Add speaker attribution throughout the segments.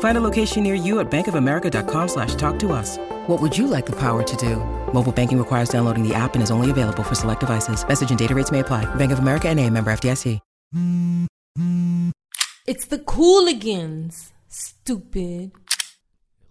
Speaker 1: Find a location near you at bankofamerica.com slash talk to us. What would you like the power to do? Mobile banking requires downloading the app and is only available for select devices. Message and data rates may apply. Bank of America and a member FDIC.
Speaker 2: It's the Cooligans. Stupid.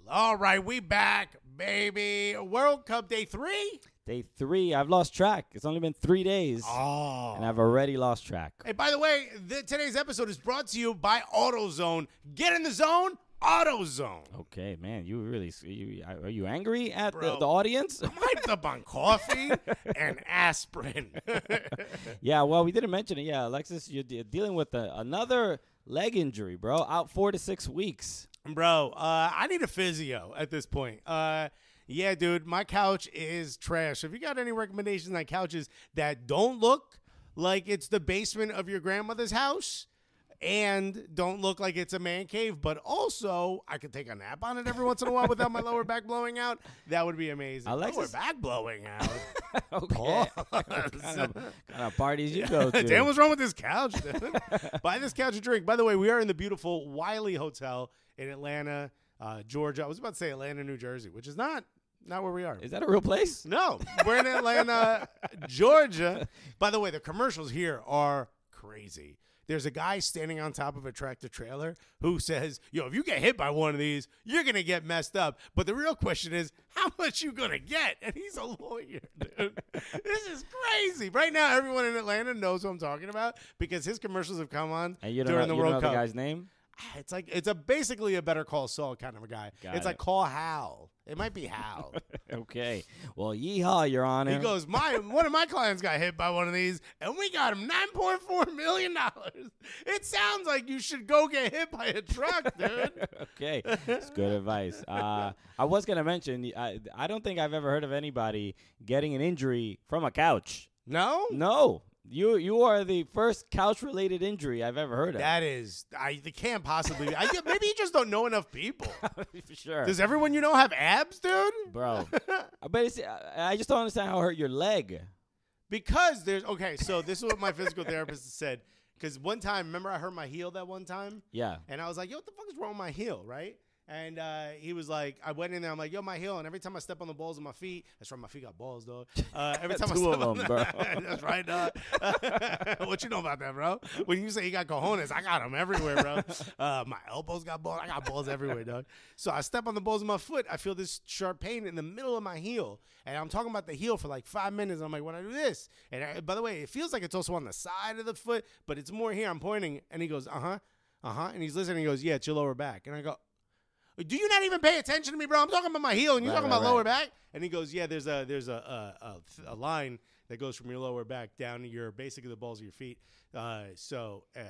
Speaker 3: All right, we back, baby. World Cup day three.
Speaker 4: Day three. I've lost track. It's only been three days,
Speaker 3: Oh.
Speaker 4: and I've already lost track.
Speaker 3: Hey, by the way, th- today's episode is brought to you by AutoZone. Get in the zone, AutoZone.
Speaker 4: Okay, man, you really you, are you angry at the,
Speaker 3: Bro.
Speaker 4: the audience?
Speaker 3: I'm hyped up on coffee and aspirin.
Speaker 4: yeah, well, we didn't mention it. Yeah, Alexis, you're de- dealing with a, another leg injury, bro. Out four to six weeks.
Speaker 3: Bro, uh, I need a physio at this point. Uh, yeah, dude, my couch is trash. If you got any recommendations on couches that don't look like it's the basement of your grandmother's house and don't look like it's a man cave, but also I could take a nap on it every once in a while without my lower back blowing out, that would be amazing. Lower
Speaker 4: Alexis-
Speaker 3: back blowing out.
Speaker 4: Okay. kind, of,
Speaker 3: Pause.
Speaker 4: kind of parties you go to?
Speaker 3: Damn, what's wrong with this couch? Buy this couch a drink. By the way, we are in the beautiful Wiley Hotel in Atlanta, uh, Georgia. I was about to say Atlanta, New Jersey, which is not not where we are.
Speaker 4: Is that a real place?
Speaker 3: no, we're in Atlanta, Georgia. By the way, the commercials here are crazy. There's a guy standing on top of a tractor trailer who says, "Yo, if you get hit by one of these, you're gonna get messed up." But the real question is, how much you gonna get? And he's a lawyer, dude. this is crazy. Right now, everyone in Atlanta knows who I'm talking about because his commercials have come on
Speaker 4: And you don't
Speaker 3: during
Speaker 4: know,
Speaker 3: the
Speaker 4: you
Speaker 3: World
Speaker 4: don't know
Speaker 3: Cup. Ah,
Speaker 4: the guy's name?
Speaker 3: It's like it's a basically a Better Call Saul kind of a guy.
Speaker 4: Got
Speaker 3: it's like
Speaker 4: it.
Speaker 3: Call Hal. It might be Hal.
Speaker 4: Okay. Well, yeehaw, Your Honor.
Speaker 3: He goes, my one of my clients got hit by one of these, and we got him nine point four million dollars. It sounds like you should go get hit by a truck, dude.
Speaker 4: okay, it's good advice. Uh, I was gonna mention, I, I don't think I've ever heard of anybody getting an injury from a couch.
Speaker 3: no,
Speaker 4: No, you you are the first couch-related injury I've ever heard of.
Speaker 3: that is, I it can't possibly. I, maybe you just don't know enough people.
Speaker 4: for sure,
Speaker 3: Does everyone you know have abs, dude?
Speaker 4: bro. Uh, but it's, I, I just don't understand how it hurt your leg.
Speaker 3: Because there's okay. So this is what my physical therapist said. Because one time, remember, I hurt my heel that one time.
Speaker 4: Yeah,
Speaker 3: And I was like, yo, what the fuck is wrong with my heel, right? And uh, he was like, I went in there, I'm like, yo, my heel. And every time I step on the balls of my feet, that's right, my feet got balls, dog. Uh, every time
Speaker 4: Two
Speaker 3: I
Speaker 4: of
Speaker 3: step on
Speaker 4: them, bro.
Speaker 3: that's right, dog. what you know about that, bro? When you say you got cojones, I got them everywhere, bro. Uh, my elbows got balls. I got balls everywhere, dog. So I step on the balls of my foot. I feel this sharp pain in the middle of my heel. And I'm talking about the heel for like five minutes. I'm like, when I do this. And I, by the way, it feels like it's also on the side of the foot, but it's more here. I'm pointing. And he goes, uh huh, uh huh. And he's listening. He goes, yeah, it's your lower back. And I go, do you not even pay attention to me, bro? I'm talking about my heel, and you're
Speaker 4: Right,
Speaker 3: talking
Speaker 4: right,
Speaker 3: about lower
Speaker 4: right.
Speaker 3: back. And he goes, "Yeah, there's a there's a a, a, th- a line that goes from your lower back down to your basically the balls of your feet. Uh, so uh,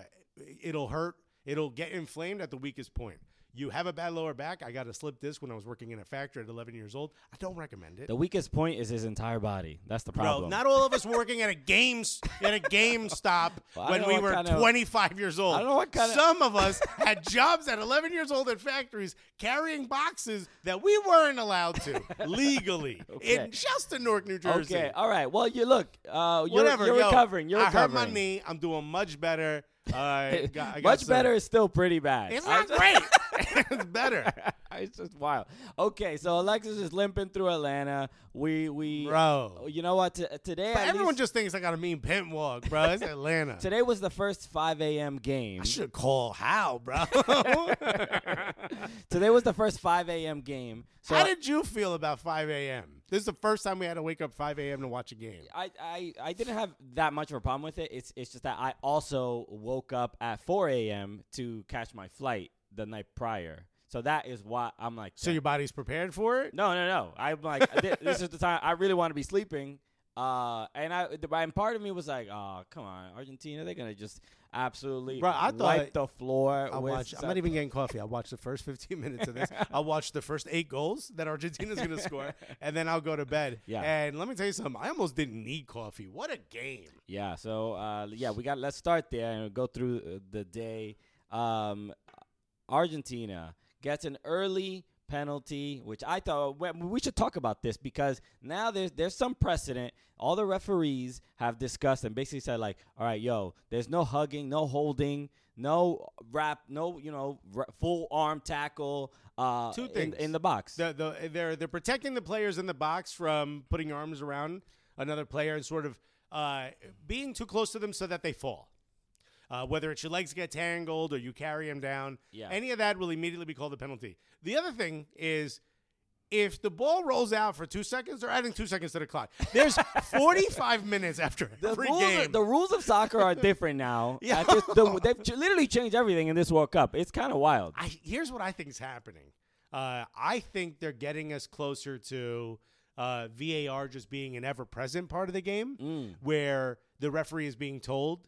Speaker 3: it'll hurt. It'll get inflamed at the weakest point. You have a bad lower back. I got a slip disc when I was working in a factory at 11 years old. I don't recommend it.
Speaker 4: the weakest point is his entire body. That's the problem.
Speaker 3: Bro, not all of us were working at a games at a GameStop
Speaker 4: Well, I
Speaker 3: when
Speaker 4: don't
Speaker 3: we
Speaker 4: know
Speaker 3: were
Speaker 4: what kinda-
Speaker 3: 25 years old.
Speaker 4: I don't know what kinda-
Speaker 3: Some of us had jobs at 11 years old at factories carrying boxes that we weren't allowed to legally
Speaker 4: Okay.
Speaker 3: in Shelston, Newark, New Jersey.
Speaker 4: okay, all right. Well, you look. Uh, you're,
Speaker 3: Whatever.
Speaker 4: You're
Speaker 3: yo,
Speaker 4: recovering. You're
Speaker 3: I
Speaker 4: recovering.
Speaker 3: hurt my knee. I'm doing much better. I got, I got
Speaker 4: Much
Speaker 3: some-
Speaker 4: better is still pretty bad.
Speaker 3: It's
Speaker 4: I'm
Speaker 3: not great. it's better.
Speaker 4: it's just wild. Okay, so Alexis is limping through Atlanta. We we
Speaker 3: Bro.
Speaker 4: You know what? T- today
Speaker 3: But
Speaker 4: at
Speaker 3: everyone
Speaker 4: least-
Speaker 3: just thinks I got a mean pimp walk, bro. It's Atlanta.
Speaker 4: today was the first 5 a.m. game.
Speaker 3: I should call Hal, bro.
Speaker 4: Today was the first 5 a.m. game. So
Speaker 3: How did you feel about 5 a.m.? This is the first time we had to wake up 5 a.m. to watch a game.
Speaker 4: I, I I didn't have that much of a problem with it. It's it's just that I also woke up at 4 a.m. to catch my flight the night prior. So that is why I'm like.
Speaker 3: So your body's prepared for it?
Speaker 4: No, no, no. I'm like, thi- this is the time I really want to be sleeping. Uh, and I, th- and part of me was like, oh, come on, Argentina, they're gonna just absolutely
Speaker 3: Bro, I thought
Speaker 4: wipe the floor.
Speaker 3: I
Speaker 4: with
Speaker 3: watch. I'm
Speaker 4: some-
Speaker 3: not even getting coffee. I watch the first 15 minutes of this. I watch the first eight goals that Argentina's going to score, and then I'll go to bed.
Speaker 4: Yeah.
Speaker 3: And let me tell you something. I almost didn't need coffee. What a game!
Speaker 4: Yeah. So uh, yeah, we got. Let's start there and go through uh, the day. Um, Argentina gets an early penalty, which I thought we- we should talk about this because now there's there's some precedent. All the referees have discussed and basically said like, all right, yo, there's no hugging, no holding. No wrap, no you know r- full arm tackle. Uh,
Speaker 3: Two
Speaker 4: in-
Speaker 3: things.
Speaker 4: in, the box.
Speaker 3: The, the, they're they're protecting the players in the box from putting your arms around another player and sort of uh, being too close to them so that they fall. Uh, whether it's your legs get tangled or you carry them down,
Speaker 4: Yeah.
Speaker 3: any of that will immediately be called a penalty. The other thing is if the ball rolls out for two seconds, they're adding two seconds to the clock. There's 45 minutes after
Speaker 4: The
Speaker 3: every
Speaker 4: rules,
Speaker 3: game.
Speaker 4: are- the rules of soccer are different now.
Speaker 3: Yeah.
Speaker 4: At this- the- they've ch- literally changed everything in this World Cup. It's kind of wild.
Speaker 3: I, here's what I think is happening. Uh, I think they're getting us closer to uh, VAR just being an ever present part of the game where the referee is being told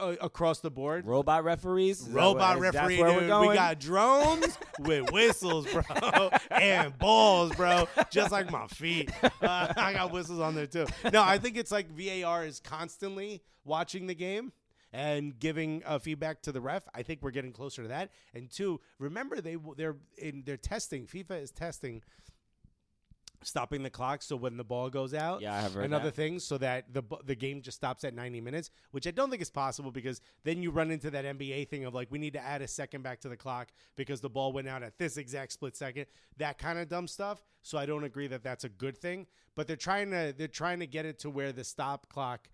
Speaker 3: uh, across the board.
Speaker 4: Robot referees. Is that
Speaker 3: Robot
Speaker 4: where- is that
Speaker 3: referee,
Speaker 4: where we're
Speaker 3: dude.
Speaker 4: going?
Speaker 3: We got drones with whistles, bro, and balls, bro. Just like my feet, uh, I got whistles on there too. No, I think it's like VAR is constantly watching the game and giving uh, feedback to the ref. I think we're getting closer to that. And two, remember they w- they're in they're testing. FIFA is testing. Stopping the clock, so when the ball goes out,
Speaker 4: Yeah, I have heard
Speaker 3: and other
Speaker 4: that.
Speaker 3: things, so that the bu- the game just stops at 90 minutes, which I don't think is possible because then you run into that NBA thing of like we need to add a second back to the clock because the ball went out at this exact split second, that kind of dumb stuff. So I don't agree that that's a good thing, but they're trying to they're trying to get it to where the stop clock.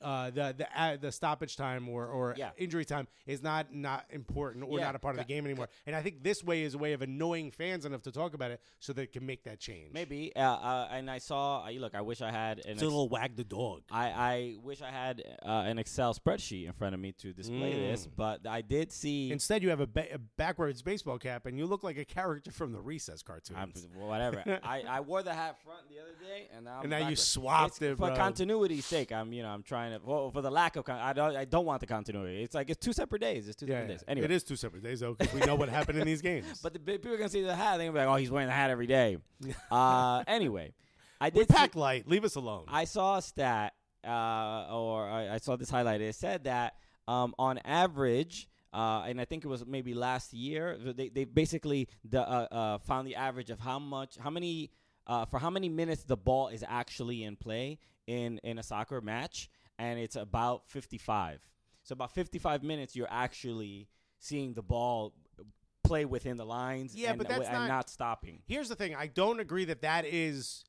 Speaker 3: Uh, the the uh, the stoppage time or or
Speaker 4: Yeah.
Speaker 3: injury time is not not important or
Speaker 4: Yeah.
Speaker 3: not a part of the game anymore, and I think this way is a way of annoying fans enough to talk about it so they can make that change.
Speaker 4: Maybe. Uh, uh, and I saw. I look, I wish I had an.
Speaker 3: it's a
Speaker 4: ex-
Speaker 3: little wag the dog.
Speaker 4: I, I wish I had uh, an Excel spreadsheet in front of me to display
Speaker 3: Mm.
Speaker 4: this, but I did see.
Speaker 3: Instead, you have a, ba- a backwards baseball cap, and you look like a character from the Recess cartoons.
Speaker 4: I'm- whatever. I, I wore the hat front the other day, and now I'm
Speaker 3: And now you
Speaker 4: backwards.
Speaker 3: swapped
Speaker 4: It's
Speaker 3: it,
Speaker 4: for
Speaker 3: bro.
Speaker 4: continuity's sake. I'm you know I'm trying to well, for the lack of con- I don't I don't want the continuity. It's like it's two separate days. It's two
Speaker 3: yeah,
Speaker 4: separate days.
Speaker 3: yeah.
Speaker 4: Anyway,
Speaker 3: it is two separate days though, because we know what happened in these games.
Speaker 4: But the big people are gonna see the hat. They're gonna be like, "Oh, he's wearing the hat every day." uh, anyway, I
Speaker 3: we
Speaker 4: did. see-
Speaker 3: pack light. Leave us alone.
Speaker 4: I saw a stat, uh, or I, I saw this highlighted. It said that um, on average, uh, and I think it was maybe last year, th- they, they basically the, uh, uh, found the average of how much, how many, uh, for how many minutes the ball is actually in play in in a soccer match, and it's about fifty five. So about fifty five minutes, you're actually seeing the ball play within the lines
Speaker 3: Yeah,
Speaker 4: and,
Speaker 3: but that's
Speaker 4: and
Speaker 3: not-
Speaker 4: stopping
Speaker 3: Here's the thing: I don't agree that that is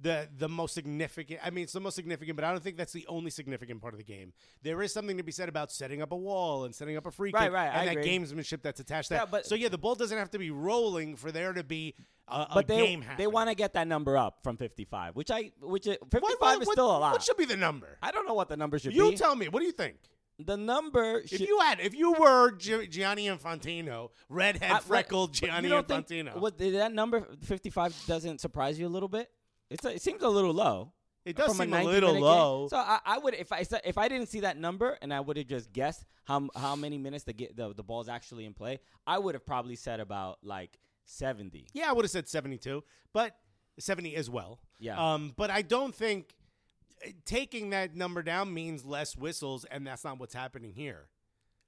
Speaker 3: the the most significant. I mean, it's the most significant, but I don't think that's the only significant part of the game. There is something to be said about setting up a wall and setting up a free
Speaker 4: Right,
Speaker 3: kick,
Speaker 4: right,
Speaker 3: and
Speaker 4: I
Speaker 3: that
Speaker 4: agree.
Speaker 3: gamesmanship that's attached. to That
Speaker 4: Yeah, but-
Speaker 3: so yeah, the ball doesn't have to be rolling for there to be a, a
Speaker 4: but they
Speaker 3: game.
Speaker 4: they
Speaker 3: happening.
Speaker 4: want to get that number up from 55, which I which is, 55
Speaker 3: Why- why-
Speaker 4: is
Speaker 3: what-
Speaker 4: still a lot.
Speaker 3: What should be the number?
Speaker 4: I don't know what the number should
Speaker 3: You
Speaker 4: be.
Speaker 3: tell me. What do you think?
Speaker 4: the number
Speaker 3: If
Speaker 4: should
Speaker 3: you had, if you were Gi- Gianni Infantino, redhead,
Speaker 4: I- what-
Speaker 3: freckled
Speaker 4: but you
Speaker 3: Gianni
Speaker 4: don't think-
Speaker 3: Infantino,
Speaker 4: What that number 55 doesn't surprise you a little bit? It's a, it seems a little low.
Speaker 3: it does
Speaker 4: from
Speaker 3: seem a
Speaker 4: 90
Speaker 3: little
Speaker 4: minute game.
Speaker 3: low.
Speaker 4: So I, I would if I said- if I didn't see that number and I would have just guessed how m- how many minutes the ge- the the ball's actually in play, I would have probably said about like 70.
Speaker 3: yeah, I would have said seventy-two, but seventy as well.
Speaker 4: Yeah.
Speaker 3: Um, but I don't think uh, taking that number down means less whistles, and that's not what's happening here.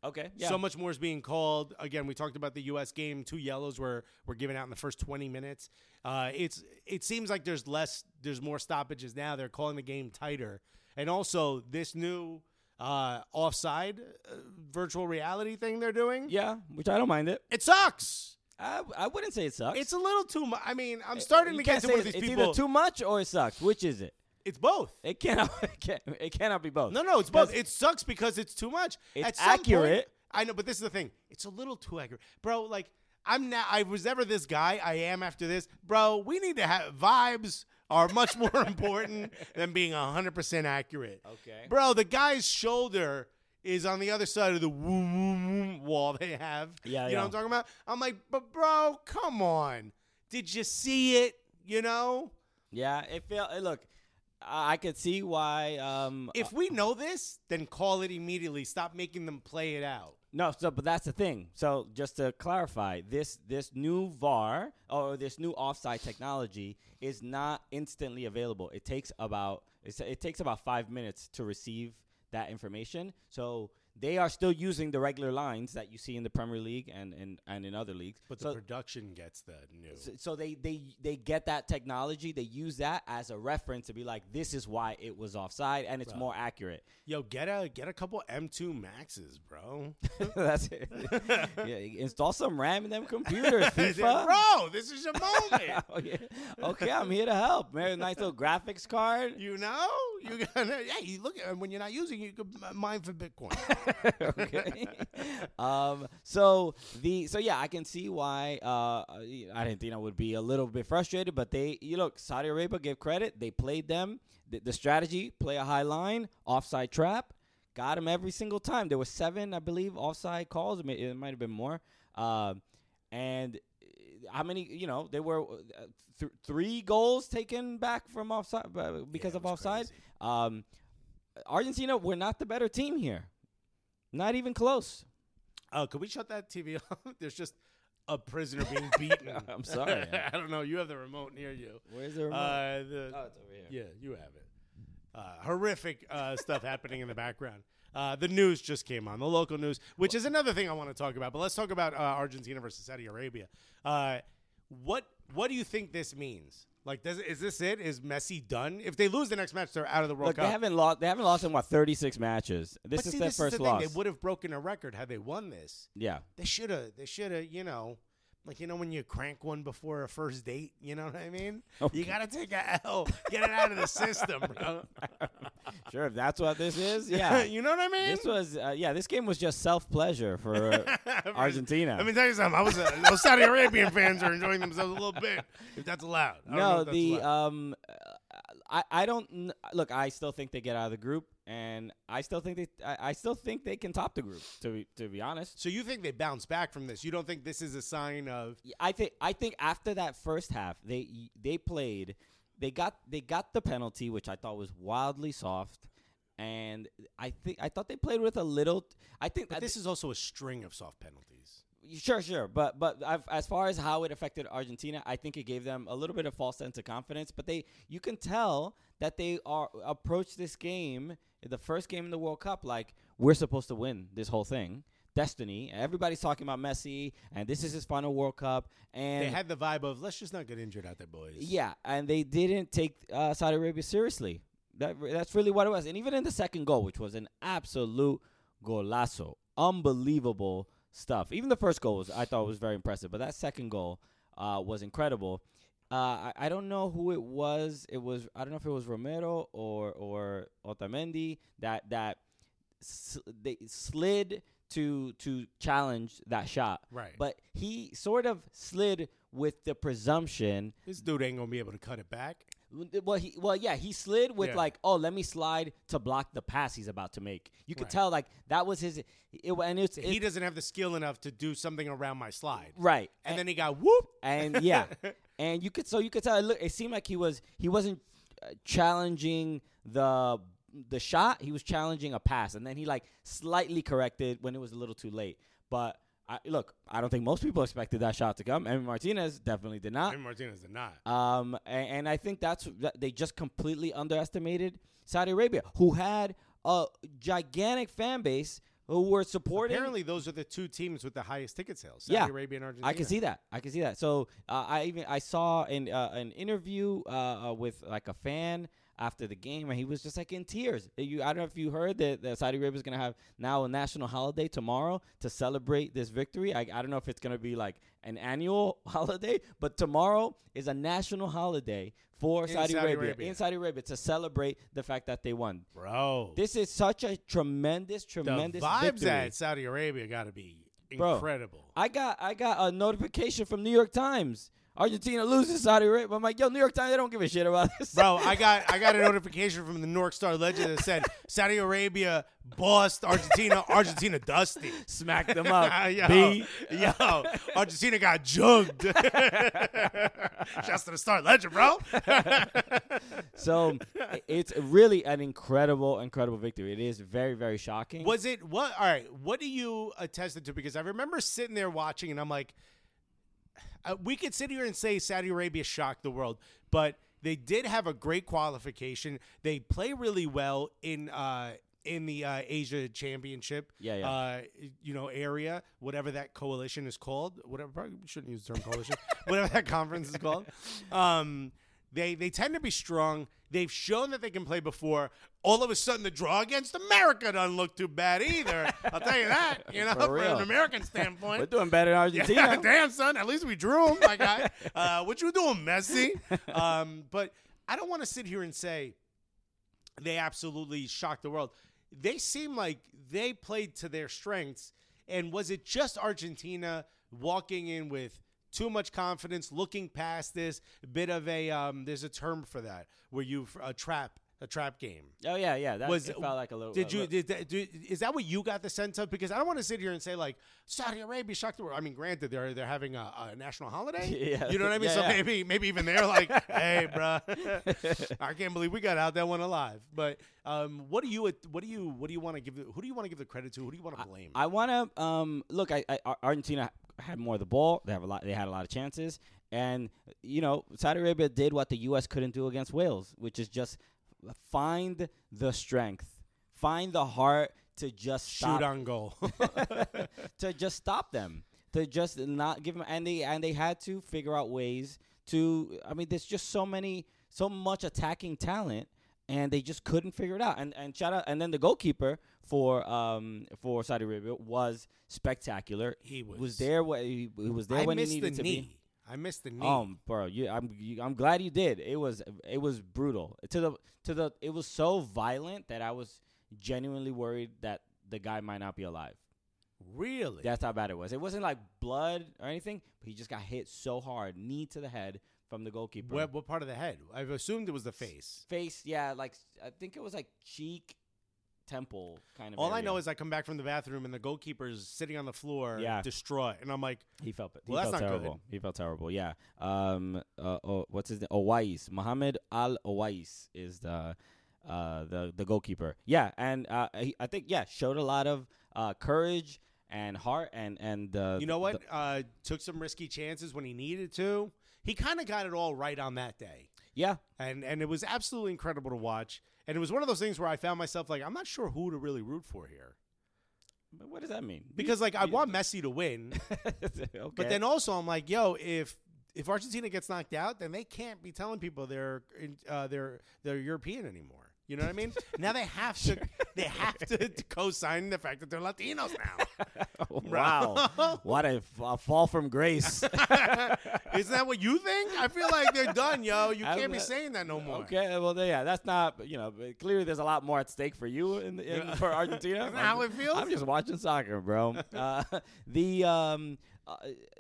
Speaker 4: Okay. Yeah.
Speaker 3: So much more is being called. Again, we talked about the U.S. game. Two yellows were were given out in the first 20 minutes. Uh, it's it seems like there's less, there's more stoppages now. They're calling the game tighter, and also this new uh, offside uh, virtual reality thing they're doing.
Speaker 4: Yeah, which I don't mind it.
Speaker 3: it sucks.
Speaker 4: I, I wouldn't say it sucks.
Speaker 3: It's a little too much. I mean, I'm starting
Speaker 4: You
Speaker 3: to
Speaker 4: can't
Speaker 3: get to where
Speaker 4: say
Speaker 3: these
Speaker 4: it's
Speaker 3: people.
Speaker 4: either too much or it sucks. Which is it?
Speaker 3: it's both.
Speaker 4: It cannot. It, can't, it cannot be both.
Speaker 3: No, no, it's both.
Speaker 4: Because
Speaker 3: It sucks because it's too much.
Speaker 4: It's
Speaker 3: some point-
Speaker 4: accurate.
Speaker 3: I know, but this is the thing. It's a little too accurate, bro. Like I'm now. I was never this guy. I am after this, bro. We need to have vibes are much more important than being 100% accurate.
Speaker 4: Okay.
Speaker 3: Bro, the guy's shoulder is on the other side of the woom, woom, woom wall they have.
Speaker 4: Yeah,
Speaker 3: You know
Speaker 4: yeah.
Speaker 3: what I'm talking about? I'm like, but bro, come on. Did you see it? You know?
Speaker 4: yeah, it feel. It, look, I I could see why. Um,
Speaker 3: If we know this, then call it immediately. Stop making them play it out.
Speaker 4: No, so but that's the thing. So just to clarify, this this new VAR or this new offside technology is not instantly available. It takes about it's, it takes about five minutes to receive that information. So they are still using the regular lines that you see in the Premier League and and, and in other leagues.
Speaker 3: But
Speaker 4: So-
Speaker 3: the production gets the new.
Speaker 4: so, so they they they get that technology. They use that as a reference to be like, this is why it was offside, and it's more accurate.
Speaker 3: Yo, get a get a couple M2 Maxes, bro.
Speaker 4: That's it. yeah, install some RAM in them computers, FIFA.
Speaker 3: bro, this is your moment.
Speaker 4: Oh, yeah. Okay, I'm here to help. Mary, nice little graphics card.
Speaker 3: you know, you gonna yeah. You look at and when you're not using, it, you could m- mine for Bitcoin.
Speaker 4: okay. um. So the so yeah, I can see why. Uh, Argentina would be a little bit frustrated, but they you look Saudi Arabia give credit. They played them. The, the strategy: play a high line, offside trap. Got them every single time. There were seven, I believe, offside calls. It may- It might have been more. Um, and uh, how many? You know, there were uh, th- three goals taken back from offside uh, because
Speaker 3: it
Speaker 4: of
Speaker 3: was
Speaker 4: offside.
Speaker 3: crazy.
Speaker 4: Um, Argentina were not the better team here. Not even close.
Speaker 3: Oh, could we shut that TV off? There's just a prisoner being beaten.
Speaker 4: I'm sorry.
Speaker 3: I don't know. You have the remote near you.
Speaker 4: Where's the remote?
Speaker 3: Uh, the,
Speaker 4: oh, it's over here.
Speaker 3: Yeah, you have it. Uh, horrific uh, stuff happening in the background. Uh, the news just came on, the local news, which is another thing I want to talk about. But let's talk about uh, Argentina versus Saudi Arabia. Uh, what What do you think this means? Like, does is this it? Is Messi done? If they lose the next match, they're out of the World
Speaker 4: Look,
Speaker 3: Cup.
Speaker 4: they haven't lost. They haven't lost in what 36 matches. This
Speaker 3: but
Speaker 4: is
Speaker 3: see,
Speaker 4: their
Speaker 3: this
Speaker 4: first
Speaker 3: is the
Speaker 4: loss.
Speaker 3: thing. They would have broken a record had they won this.
Speaker 4: yeah.
Speaker 3: They should have. They should have. You know, like you know when you crank one before a first date. You know what I mean? You gotta take a L, get it out of the system, bro.
Speaker 4: Sure. If that's what this is, yeah.
Speaker 3: you know what I mean?
Speaker 4: this was uh, yeah. This game was just self pleasure for uh, Argentina.
Speaker 3: Let me tell you something. I was uh, those Saudi Arabian fans are enjoying themselves a little bit, if that's allowed. I don't know
Speaker 4: no,
Speaker 3: if that's
Speaker 4: the
Speaker 3: allowed.
Speaker 4: um, uh, I I don't kn- look. I still think they get out of the group, and I still think they I, I still think they can top the group. To be, to be honest.
Speaker 3: so you think they bounce back from this? You don't think this is a sign of
Speaker 4: Yeah, I think I think after that first half, they they played, they got they got the penalty, which I thought was wildly soft, and I think I thought they played with a little. I think
Speaker 3: but this is also a string of soft penalties.
Speaker 4: sure, sure, but but I've, as far as how it affected Argentina, I think it gave them a little bit of false sense of confidence. But they you can tell that they are approach this game, the first game in the World Cup, like we're supposed to win this whole thing. Destiny. Everybody's talking about Messi, and this is his final World Cup. And
Speaker 3: They had the vibe of let's just not get injured out there, boys.
Speaker 4: yeah, and they didn't take uh, Saudi Arabia seriously. That that's really what it was. And even in the second goal, which was an absolute golazo, unbelievable stuff. Even the first goal was I thought was very impressive, but that second goal uh, was incredible. Uh, I, I don't know who it was. It was I don't know if it was Romero or or Otamendi that that sl- they slid to to challenge that shot.
Speaker 3: Right.
Speaker 4: But he sort of slid with the presumption
Speaker 3: This dude ain't gonna be able to cut it back.
Speaker 4: well, he well yeah he slid with
Speaker 3: Yeah.
Speaker 4: like oh let me slide to block the pass he's about to make. You could
Speaker 3: Right.
Speaker 4: tell like that was his it, and it's
Speaker 3: He
Speaker 4: it-
Speaker 3: doesn't have the skill enough to do something around my slide.
Speaker 4: right
Speaker 3: And then he got whoop.
Speaker 4: and yeah, and you could so you could tell. It, look, it seemed like he was he wasn't uh, challenging the the shot. He was challenging a pass, and then he like slightly corrected when it was a little too late. But I, look, I don't think most people expected that shot to come. Emmy Martinez definitely did not.
Speaker 3: And Martinez did not.
Speaker 4: Um, a- and, I think that's that they just completely underestimated Saudi Arabia, who had a gigantic fan base who were supporting.
Speaker 3: Apparently, those are the two teams with the highest ticket sales. Saudi
Speaker 4: yeah,
Speaker 3: Arabia and Argentina.
Speaker 4: I can see that. I can see that. So uh, I even I saw an uh, an interview uh, uh, with like a fan after the game, and he was just like in tears. Uh, You, I don't know if you heard that, that Saudi Arabia is going to have now a national holiday tomorrow to celebrate this victory. I, I don't know if it's going to be like an annual holiday, but tomorrow is a national holiday for Saudi,
Speaker 3: Saudi
Speaker 4: Arabia,
Speaker 3: Arabia.
Speaker 4: in Saudi Arabia to celebrate the fact that they won.
Speaker 3: Bro.
Speaker 4: This is such a tremendous,
Speaker 3: the
Speaker 4: tremendous
Speaker 3: vibes
Speaker 4: victory.
Speaker 3: at Saudi Arabia got to be
Speaker 4: Bro,
Speaker 3: incredible.
Speaker 4: I got I got a notification from New York Times Argentina loses Saudi Arabia. I'm like, yo, New York Times, they don't give a shit about this.
Speaker 3: Bro, I got I got a notification from the North Star Legend that said Saudi Arabia bossed Argentina. Argentina dusty.
Speaker 4: Smack them up.
Speaker 3: yo,
Speaker 4: B.
Speaker 3: yo, Argentina got jugged. Shouts to the Star Legend, bro.
Speaker 4: So i- it's really an incredible, incredible victory. It is very, very shocking.
Speaker 3: Was it what? All right, what do you attest it to? Because I remember sitting there watching, and I'm like, uh, we could sit here and say Saudi Arabia shocked the world, but they did have a great qualification. They play really well in uh, in the uh, Asia Championship,
Speaker 4: Yeah, yeah.
Speaker 3: Uh, you know, area, whatever that coalition is called, whatever. Probably shouldn't use the term coalition, whatever that conference is called. Um, they they tend to be strong. They've shown that they can play before. All of a sudden, the draw against America doesn't look too bad either. I'll tell you that. You know,
Speaker 4: For
Speaker 3: from
Speaker 4: real.
Speaker 3: an American standpoint,
Speaker 4: We're doing better than Argentina.
Speaker 3: yeah, damn son. At least we drew him, my guy. Uh, what you doing, Messi? Um, but I don't want to sit here and say they absolutely shocked the world. They seem like they played to their strengths. And was it just Argentina walking in with too much confidence, looking past this bit of a? Um, there's a term for that where you a trap, a trap game.
Speaker 4: Oh yeah, yeah. That
Speaker 3: Was
Speaker 4: it felt like a little.
Speaker 3: Did
Speaker 4: a
Speaker 3: you
Speaker 4: little-
Speaker 3: did that, do, is that what you got the sense of? Because I don't want to sit here and say like Saudi Arabia shocked the world. I mean, granted they're they're having a, a national holiday.
Speaker 4: Yeah.
Speaker 3: You know what I mean?
Speaker 4: Yeah,
Speaker 3: so
Speaker 4: yeah.
Speaker 3: maybe maybe even they're like, hey, bro, I can't believe we got out that one alive. But um, what do you what do you what do you want to give? the- Who do you want to give the credit to? Who do you want to blame?
Speaker 4: I want to um, look. I, I Ar- Argentina had more of the ball. They have a lot. They had a lot of chances, and you know Saudi Arabia did what the U.S. couldn't do against Wales, which is just find the strength, find the heart to just stop
Speaker 3: Shoot on goal.
Speaker 4: to just stop them, to just not give them, and they and they had to figure out ways to. I mean, there's just so many, so much attacking talent, and they just couldn't figure it out. And and shout out, and then the goalkeeper for um for Saudi Arabia was spectacular.
Speaker 3: He was-
Speaker 4: there when he, he was there
Speaker 3: I
Speaker 4: when he
Speaker 3: missed the
Speaker 4: needed to be.
Speaker 3: knee. I missed the knee.
Speaker 4: Um, bro, you, I'm you, I'm glad you did. It was it was brutal to the to the. It was so violent that I was genuinely worried that the guy might not be alive.
Speaker 3: really?
Speaker 4: That's how bad it was. It wasn't like blood or anything, but he just got hit so hard, knee to the head from the goalkeeper.
Speaker 3: What, what part of the head? I've assumed it was the face.
Speaker 4: Face, yeah, like I think it was like cheek, temple kind of.
Speaker 3: All I
Speaker 4: area.
Speaker 3: know is I come back from the bathroom and the goalkeeper's sitting on the floor,
Speaker 4: Yeah.
Speaker 3: destroyed, and I'm like,
Speaker 4: he felt. He
Speaker 3: Well, that's
Speaker 4: felt
Speaker 3: not good.
Speaker 4: terrible. He felt terrible. Yeah. Um. Uh. Oh, what's his name? Owais. Mohammed Al Owais is the, uh, the the goalkeeper. Yeah, and uh, he, I think yeah showed a lot of uh courage and heart and and uh,
Speaker 3: You know
Speaker 4: the-
Speaker 3: what? Uh, took some risky chances when he needed to. He kind of got it all right on that day,
Speaker 4: yeah.
Speaker 3: and and it was absolutely incredible to watch. And it was one of those things where I found myself like, I'm not sure who to really root for here
Speaker 4: But What does that mean?
Speaker 3: because like I
Speaker 4: You-
Speaker 3: want Messi to win,
Speaker 4: okay.
Speaker 3: but then also I'm like, yo, if if Argentina gets knocked out, then they can't be telling people they're uh, they're they're European anymore. You know what I mean? now they have to they have to co-sign the fact that they're Latinos now.
Speaker 4: Wow. what a, f- a fall from grace.
Speaker 3: Isn't that what you think? I feel like they're done, yo. You
Speaker 4: I'm
Speaker 3: can't be
Speaker 4: not-
Speaker 3: saying that no more.
Speaker 4: okay, well, then, yeah, that's not, you know, but clearly there's a lot more at stake for you in, the- in, for Argentina.
Speaker 3: Isn't that how
Speaker 4: I'm-
Speaker 3: it feels?
Speaker 4: I'm just watching soccer, bro. Uh, the, um, uh,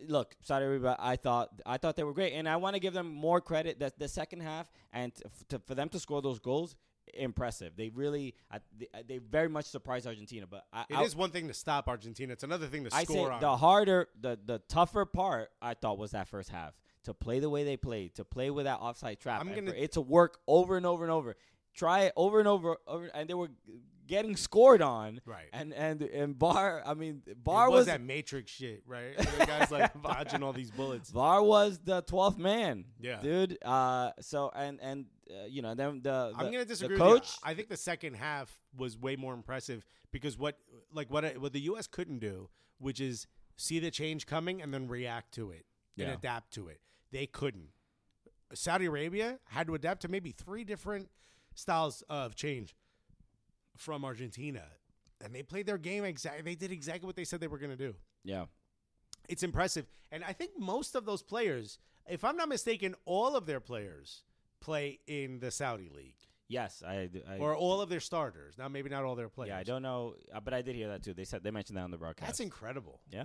Speaker 4: look, Saudi Arabia, I thought, I thought they were great. And I want to give them more credit that the second half and t- f- to, for them to score those goals. Impressive. They really, I, they, they very much surprised Argentina. But I,
Speaker 3: It is
Speaker 4: I,
Speaker 3: one thing to stop Argentina. It's another thing to
Speaker 4: I say
Speaker 3: score on.
Speaker 4: the harder, the the tougher part I thought was that first half to play the way they played, to play with that offside trap.
Speaker 3: I'm
Speaker 4: and
Speaker 3: gonna-
Speaker 4: for it to work over and over and over. Try it over and over, over and they were getting scored on.
Speaker 3: Right.
Speaker 4: And and and Bar, I mean
Speaker 3: It
Speaker 4: Bar
Speaker 3: was
Speaker 4: was,
Speaker 3: that Matrix shit, right? Where the guy's like dodging all these bullets.
Speaker 4: Var was the twelfth man.
Speaker 3: Yeah.
Speaker 4: dude. Uh, so and and uh, you know then the, the
Speaker 3: I'm gonna
Speaker 4: the
Speaker 3: disagree.
Speaker 4: coach.
Speaker 3: With you. I think the second half was way more impressive because what, like what, what the U.S. couldn't do, which is see the change coming and then react to it and
Speaker 4: Yeah.
Speaker 3: adapt to it. They couldn't. Saudi Arabia had to adapt to maybe three different styles of change from Argentina, and they played their game exactly. They did exactly what they said they were gonna do.
Speaker 4: yeah,
Speaker 3: it's impressive. And I think most of those players, if I'm not mistaken, all of their players play in the Saudi league
Speaker 4: yes, I, I
Speaker 3: or all of their starters. Now, maybe not all their players.
Speaker 4: yeah I don't know, uh, but I did hear that too. They said they mentioned that on the broadcast.
Speaker 3: That's incredible.
Speaker 4: yeah.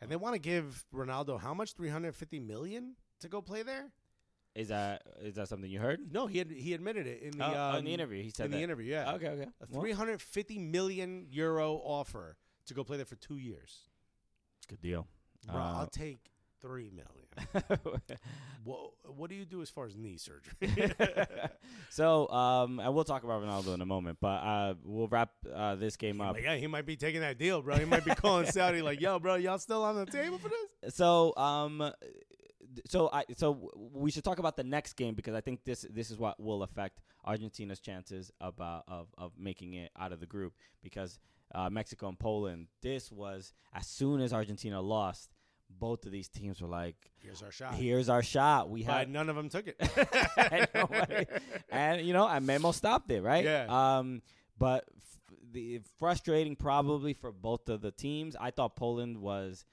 Speaker 3: And they want to give Ronaldo how much? 350 million? to go play there?
Speaker 4: Is that is that something you heard?
Speaker 3: No, he had, he admitted it in the,
Speaker 4: Oh, oh, in the
Speaker 3: um,
Speaker 4: interview, he said
Speaker 3: in
Speaker 4: that.
Speaker 3: the interview, yeah.
Speaker 4: Okay, okay.
Speaker 3: A
Speaker 4: Well,
Speaker 3: 350 million euro offer to go play there for two years.
Speaker 4: good deal.
Speaker 3: Bro,
Speaker 4: Uh,
Speaker 3: I'll take three million. Wha- what do you do as far as knee surgery?
Speaker 4: so, um, and we'll talk about Ronaldo in a moment, but uh, we'll wrap uh, this game up.
Speaker 3: Like, yeah, he might be taking that deal, bro. He might be calling Saudi like, "Yo, bro, y'all still on the table for this?"
Speaker 4: So, um, th- so I so w- we should talk about the next game because I think this this is what will affect Argentina's chances about of of making it out of the group because uh, Mexico and Poland. This was as soon as Argentina lost, both of these teams were like,
Speaker 3: Here's our shot.
Speaker 4: "Here's our shot. We
Speaker 3: But
Speaker 4: have
Speaker 3: none of them took it.
Speaker 4: and, nobody- and, you know, and Memo stopped it, right?
Speaker 3: Yeah.
Speaker 4: Um, but f- the frustrating probably for both of the teams. I thought Poland was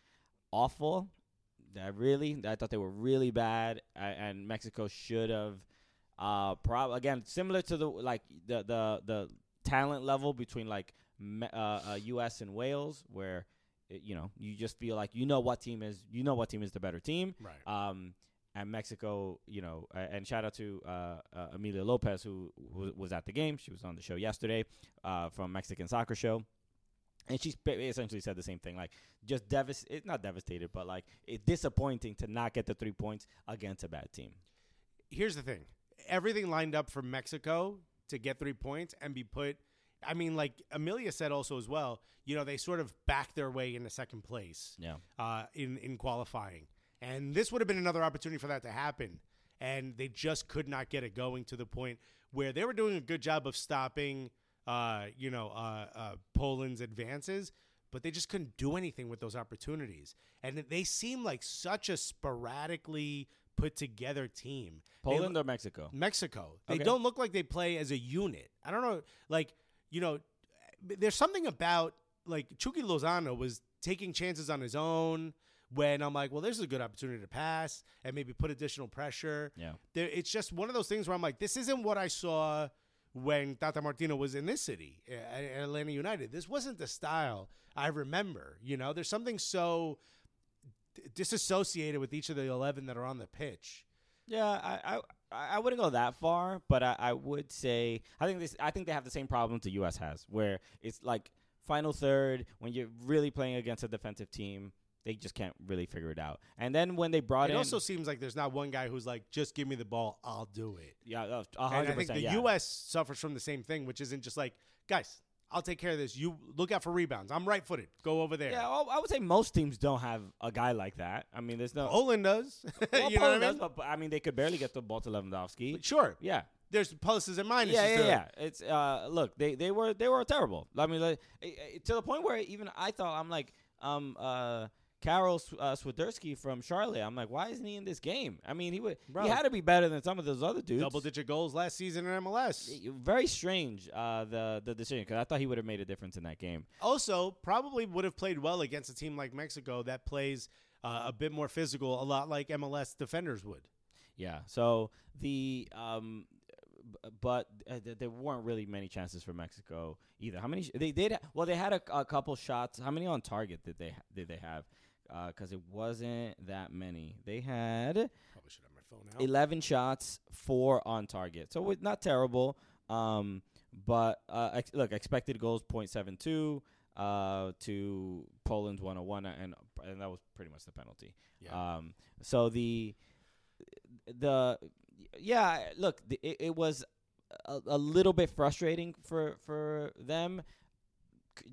Speaker 4: awful. I really, I thought they were really bad, a- and Mexico should have. Uh, prob again, similar to the like the the the talent level between like me- uh, uh, U.S. and Wales, where it, you know you just feel like you know what team is you know what team is the better team,
Speaker 3: Right.
Speaker 4: um, and Mexico, you know, a- and shout out to uh, uh, Amelia Lopez who w- was at the game. She was on the show yesterday uh, from Mexican Soccer Show, and she sp- essentially said the same thing. Like, just devastated, not devastated, but like it's disappointing to not get the three points against a bad team.
Speaker 3: Here's the thing: everything lined up for Mexico to get three points and be put. I mean, like Amelia said also as well. You know, they sort of backed their way into second place.
Speaker 4: Yeah.
Speaker 3: uh, in in qualifying, and this would have been another opportunity for that to happen, and they just could not get it going to the point where they were doing a good job of stopping, uh, you know, uh, uh, Poland's advances, but they just couldn't do anything with those opportunities, and they seem like such a sporadically put together team. They Mm.
Speaker 4: Poland
Speaker 3: lo-
Speaker 4: or Mexico?
Speaker 3: Mexico. They
Speaker 4: Okay.
Speaker 3: don't look like they play as a unit. I don't know. Like, you know, there's something about like Chucky Lozano was taking chances on his own when I'm like, well, there's a good opportunity to pass and maybe put additional pressure.
Speaker 4: Yeah.
Speaker 3: There, it's just one of those things where I'm like, this isn't what I saw when Tata Martino was in this city, a- at Atlanta United. This wasn't the style I remember. You know, there's something so d- disassociated with each of the 11 that are on the pitch.
Speaker 4: Yeah, I, I I wouldn't go that far, but I, I would say I think this I think they have the same problems the U.S. has, where it's like final third when you're really playing against a defensive team, they just can't really figure it out. And then when they brought
Speaker 3: It
Speaker 4: in,
Speaker 3: also seems like there's not one guy who's like, just give me the ball, I'll do it.
Speaker 4: yeah, that was a
Speaker 3: And
Speaker 4: hundred
Speaker 3: I think
Speaker 4: percent.
Speaker 3: the
Speaker 4: yeah.
Speaker 3: U.S. suffers from the same thing, which isn't just like, guys, I'll take care of this. You look out for rebounds. I'm right footed. Go over there.
Speaker 4: Yeah, I I would say most teams don't have a guy like that. I mean, there's no.
Speaker 3: Poland does.
Speaker 4: Well,
Speaker 3: Oh, you know what I
Speaker 4: Poland does,
Speaker 3: mean?
Speaker 4: but- but, I mean, they could barely get the ball to Lewandowski.
Speaker 3: sure.
Speaker 4: Yeah.
Speaker 3: There's pluses and minuses.
Speaker 4: Yeah,
Speaker 3: to
Speaker 4: yeah,
Speaker 3: it.
Speaker 4: yeah. It's uh, look, they they were they were terrible. I mean, like, i- i- to the point where even I thought I'm like, um, uh, Carol Sw- uh, Swiderski from Charlotte. I'm like, why isn't he in this game? I mean, he would
Speaker 3: Bro.
Speaker 4: he had to be better than some of those other dudes. Eh,
Speaker 3: Double digit goals last season in MLS.
Speaker 4: Very strange, uh, the the decision because I thought he would have made a difference in that game.
Speaker 3: Also, probably would have played well against a team like Mexico that plays uh, a bit more physical, a lot like MLS defenders would.
Speaker 4: Yeah. So the um, b- but uh, th- there weren't really many chances for Mexico either. How many sh- they did? Well, they had a, a couple shots. How many on target did they ha- did they have? Because it wasn't that many. They had
Speaker 3: Probably should have my phone out.
Speaker 4: eleven shots, four on target. So it's not terrible. Um, but uh, ex- look, expected goals 0.72 uh, to Poland's 101, and and that was pretty much the penalty.
Speaker 3: Yeah.
Speaker 4: Um, so the the yeah, look, the, it, it was a, a little bit frustrating for for them.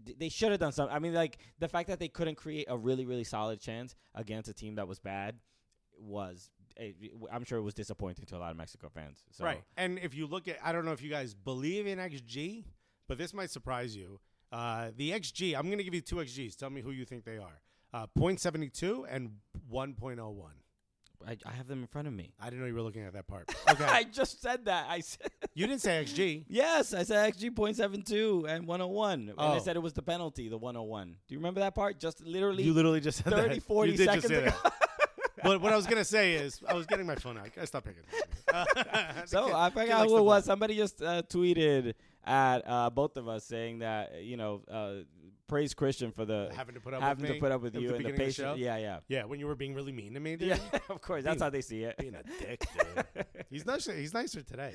Speaker 4: C- They should have done something. I mean, like the fact that they couldn't create a really really solid chance against a team that was bad was. it- I'm sure it was disappointing to a lot of Mexico fans. So.
Speaker 3: Right. And if you look at, I don't know if you guys believe in XG, but this might surprise you. Uh, the XG, I'm going to give you two XGs. Tell me who you think they are uh, 0.72 and 1.01.
Speaker 4: I, I have them in front of me.
Speaker 3: I didn't know you were looking at that part.
Speaker 4: I
Speaker 3: Okay.
Speaker 4: just said that. I said
Speaker 3: you didn't say XG.
Speaker 4: yes. I said XG 0.72 and 101, and I
Speaker 3: Oh.
Speaker 4: said it was the penalty, the 101. Do you remember that part? Just literally,
Speaker 3: You literally just said
Speaker 4: 30,
Speaker 3: that.
Speaker 4: 40
Speaker 3: You did just
Speaker 4: seconds
Speaker 3: say
Speaker 4: ago.
Speaker 3: that. but what I was going to say is, I was getting my phone out. I stop picking. Uh, the
Speaker 4: So
Speaker 3: kid-
Speaker 4: I
Speaker 3: kid
Speaker 4: forgot
Speaker 3: likes
Speaker 4: who
Speaker 3: to
Speaker 4: it
Speaker 3: block.
Speaker 4: was. Somebody just uh, tweeted at uh, both of us saying that you know uh, praise Christian for the
Speaker 3: Having to put up with
Speaker 4: having
Speaker 3: me
Speaker 4: to put up with
Speaker 3: at
Speaker 4: you
Speaker 3: the
Speaker 4: and the
Speaker 3: beginning of the
Speaker 4: patient.
Speaker 3: show?
Speaker 4: yeah, yeah,
Speaker 3: Yeah, when you were being really mean to me, dude.
Speaker 4: yeah. of course, that's
Speaker 3: Being-
Speaker 4: how they see it.
Speaker 3: Being a dick, dude. he's nicer. He's nicer today.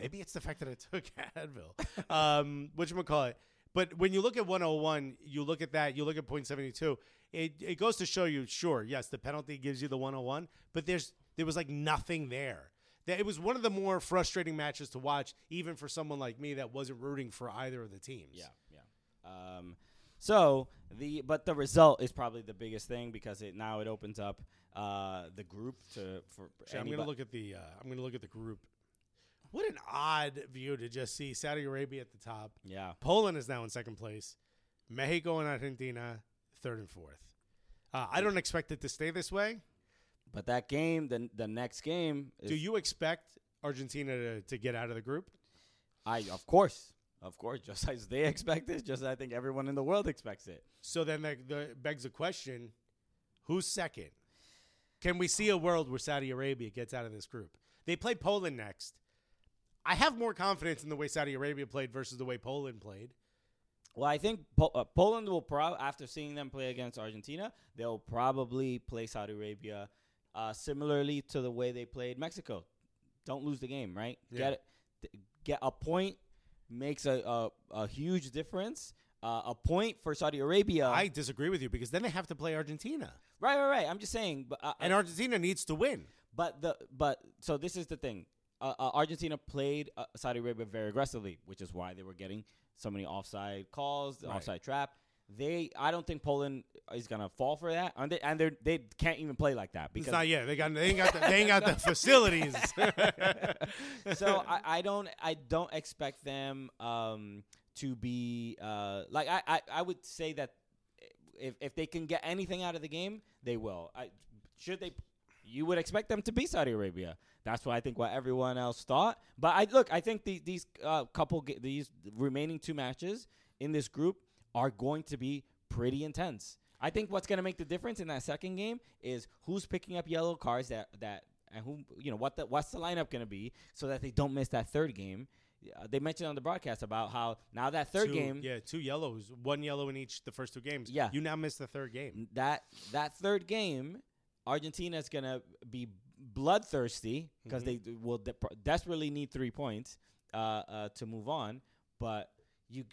Speaker 3: Maybe it's the fact that I took Advil. Um, what you call it? But when you look at 101, you look at that. You look at point seventy two. It it goes to show you. Sure, yes, the penalty gives you the 101, but there's there was like nothing there. That it was one of the more frustrating matches to watch, even for someone like me that wasn't rooting for either of the teams.
Speaker 4: Yeah, yeah. Um, so the but the result is probably the biggest thing because it now it opens up uh, the group to for
Speaker 3: Actually, I'm gonna
Speaker 4: anybody-
Speaker 3: look at the uh, I'm gonna look at the group. What an odd view to just see Saudi Arabia at the top.
Speaker 4: Yeah,
Speaker 3: Poland is now in second place. Mexico and Argentina third and fourth. Uh, I don't expect it to stay this way.
Speaker 4: but that game, the the next game, is,
Speaker 3: Do you expect Argentina to, to get out of the group?
Speaker 4: I of course, of course, just as they expect it, just as I think everyone in the world expects it.
Speaker 3: So then that, that begs the question: Who's second? Can we see a world where Saudi Arabia gets out of this group? They play Poland next. I have more confidence in the way Saudi Arabia played versus the way Poland played.
Speaker 4: Well, I think po- uh, Poland will probably, after seeing them play against Argentina, they'll probably play Saudi Arabia uh, similarly to the way they played Mexico. Don't lose the game, right?
Speaker 3: Yeah.
Speaker 4: Get it, th- get a point makes a a, a huge difference. Uh, a point for Saudi Arabia.
Speaker 3: I disagree with you because then they have to play Argentina,
Speaker 4: right, right, right. I'm just saying, but uh,
Speaker 3: and Argentina needs to win.
Speaker 4: but the but so this is the thing. Uh, uh, Argentina played uh, Saudi Arabia very aggressively, which is why they were getting so many offside calls, the offside trap. They, I don't think Poland is gonna fall for that, and they and they they can't even play like that
Speaker 3: It's
Speaker 4: because.
Speaker 3: not yet. They got they ain't got the, they ain't got the facilities.
Speaker 4: so I, I don't I don't expect them um, to be uh, like I, I I would say that if if they can get anything out of the game, they will. I should they. You would expect them to be Saudi Arabia. That's what I think. What everyone else thought, but I look. I think the, these uh, couple, ga- these remaining two matches in this group are going to be pretty intense. I think what's going to make the difference in that second game is who's picking up yellow cards that that and who you know what the what's the lineup going to be so that they don't miss that third game. Uh, they mentioned on the broadcast about how now that third
Speaker 3: Two-
Speaker 4: game
Speaker 3: yeah, two yellows, one yellow in each the first two games.
Speaker 4: Yeah.
Speaker 3: you now missed the third game.
Speaker 4: that that third game, Argentina is gonna be bloodthirsty because they d- will de- pro- desperately need three points uh, uh, to move on. But you,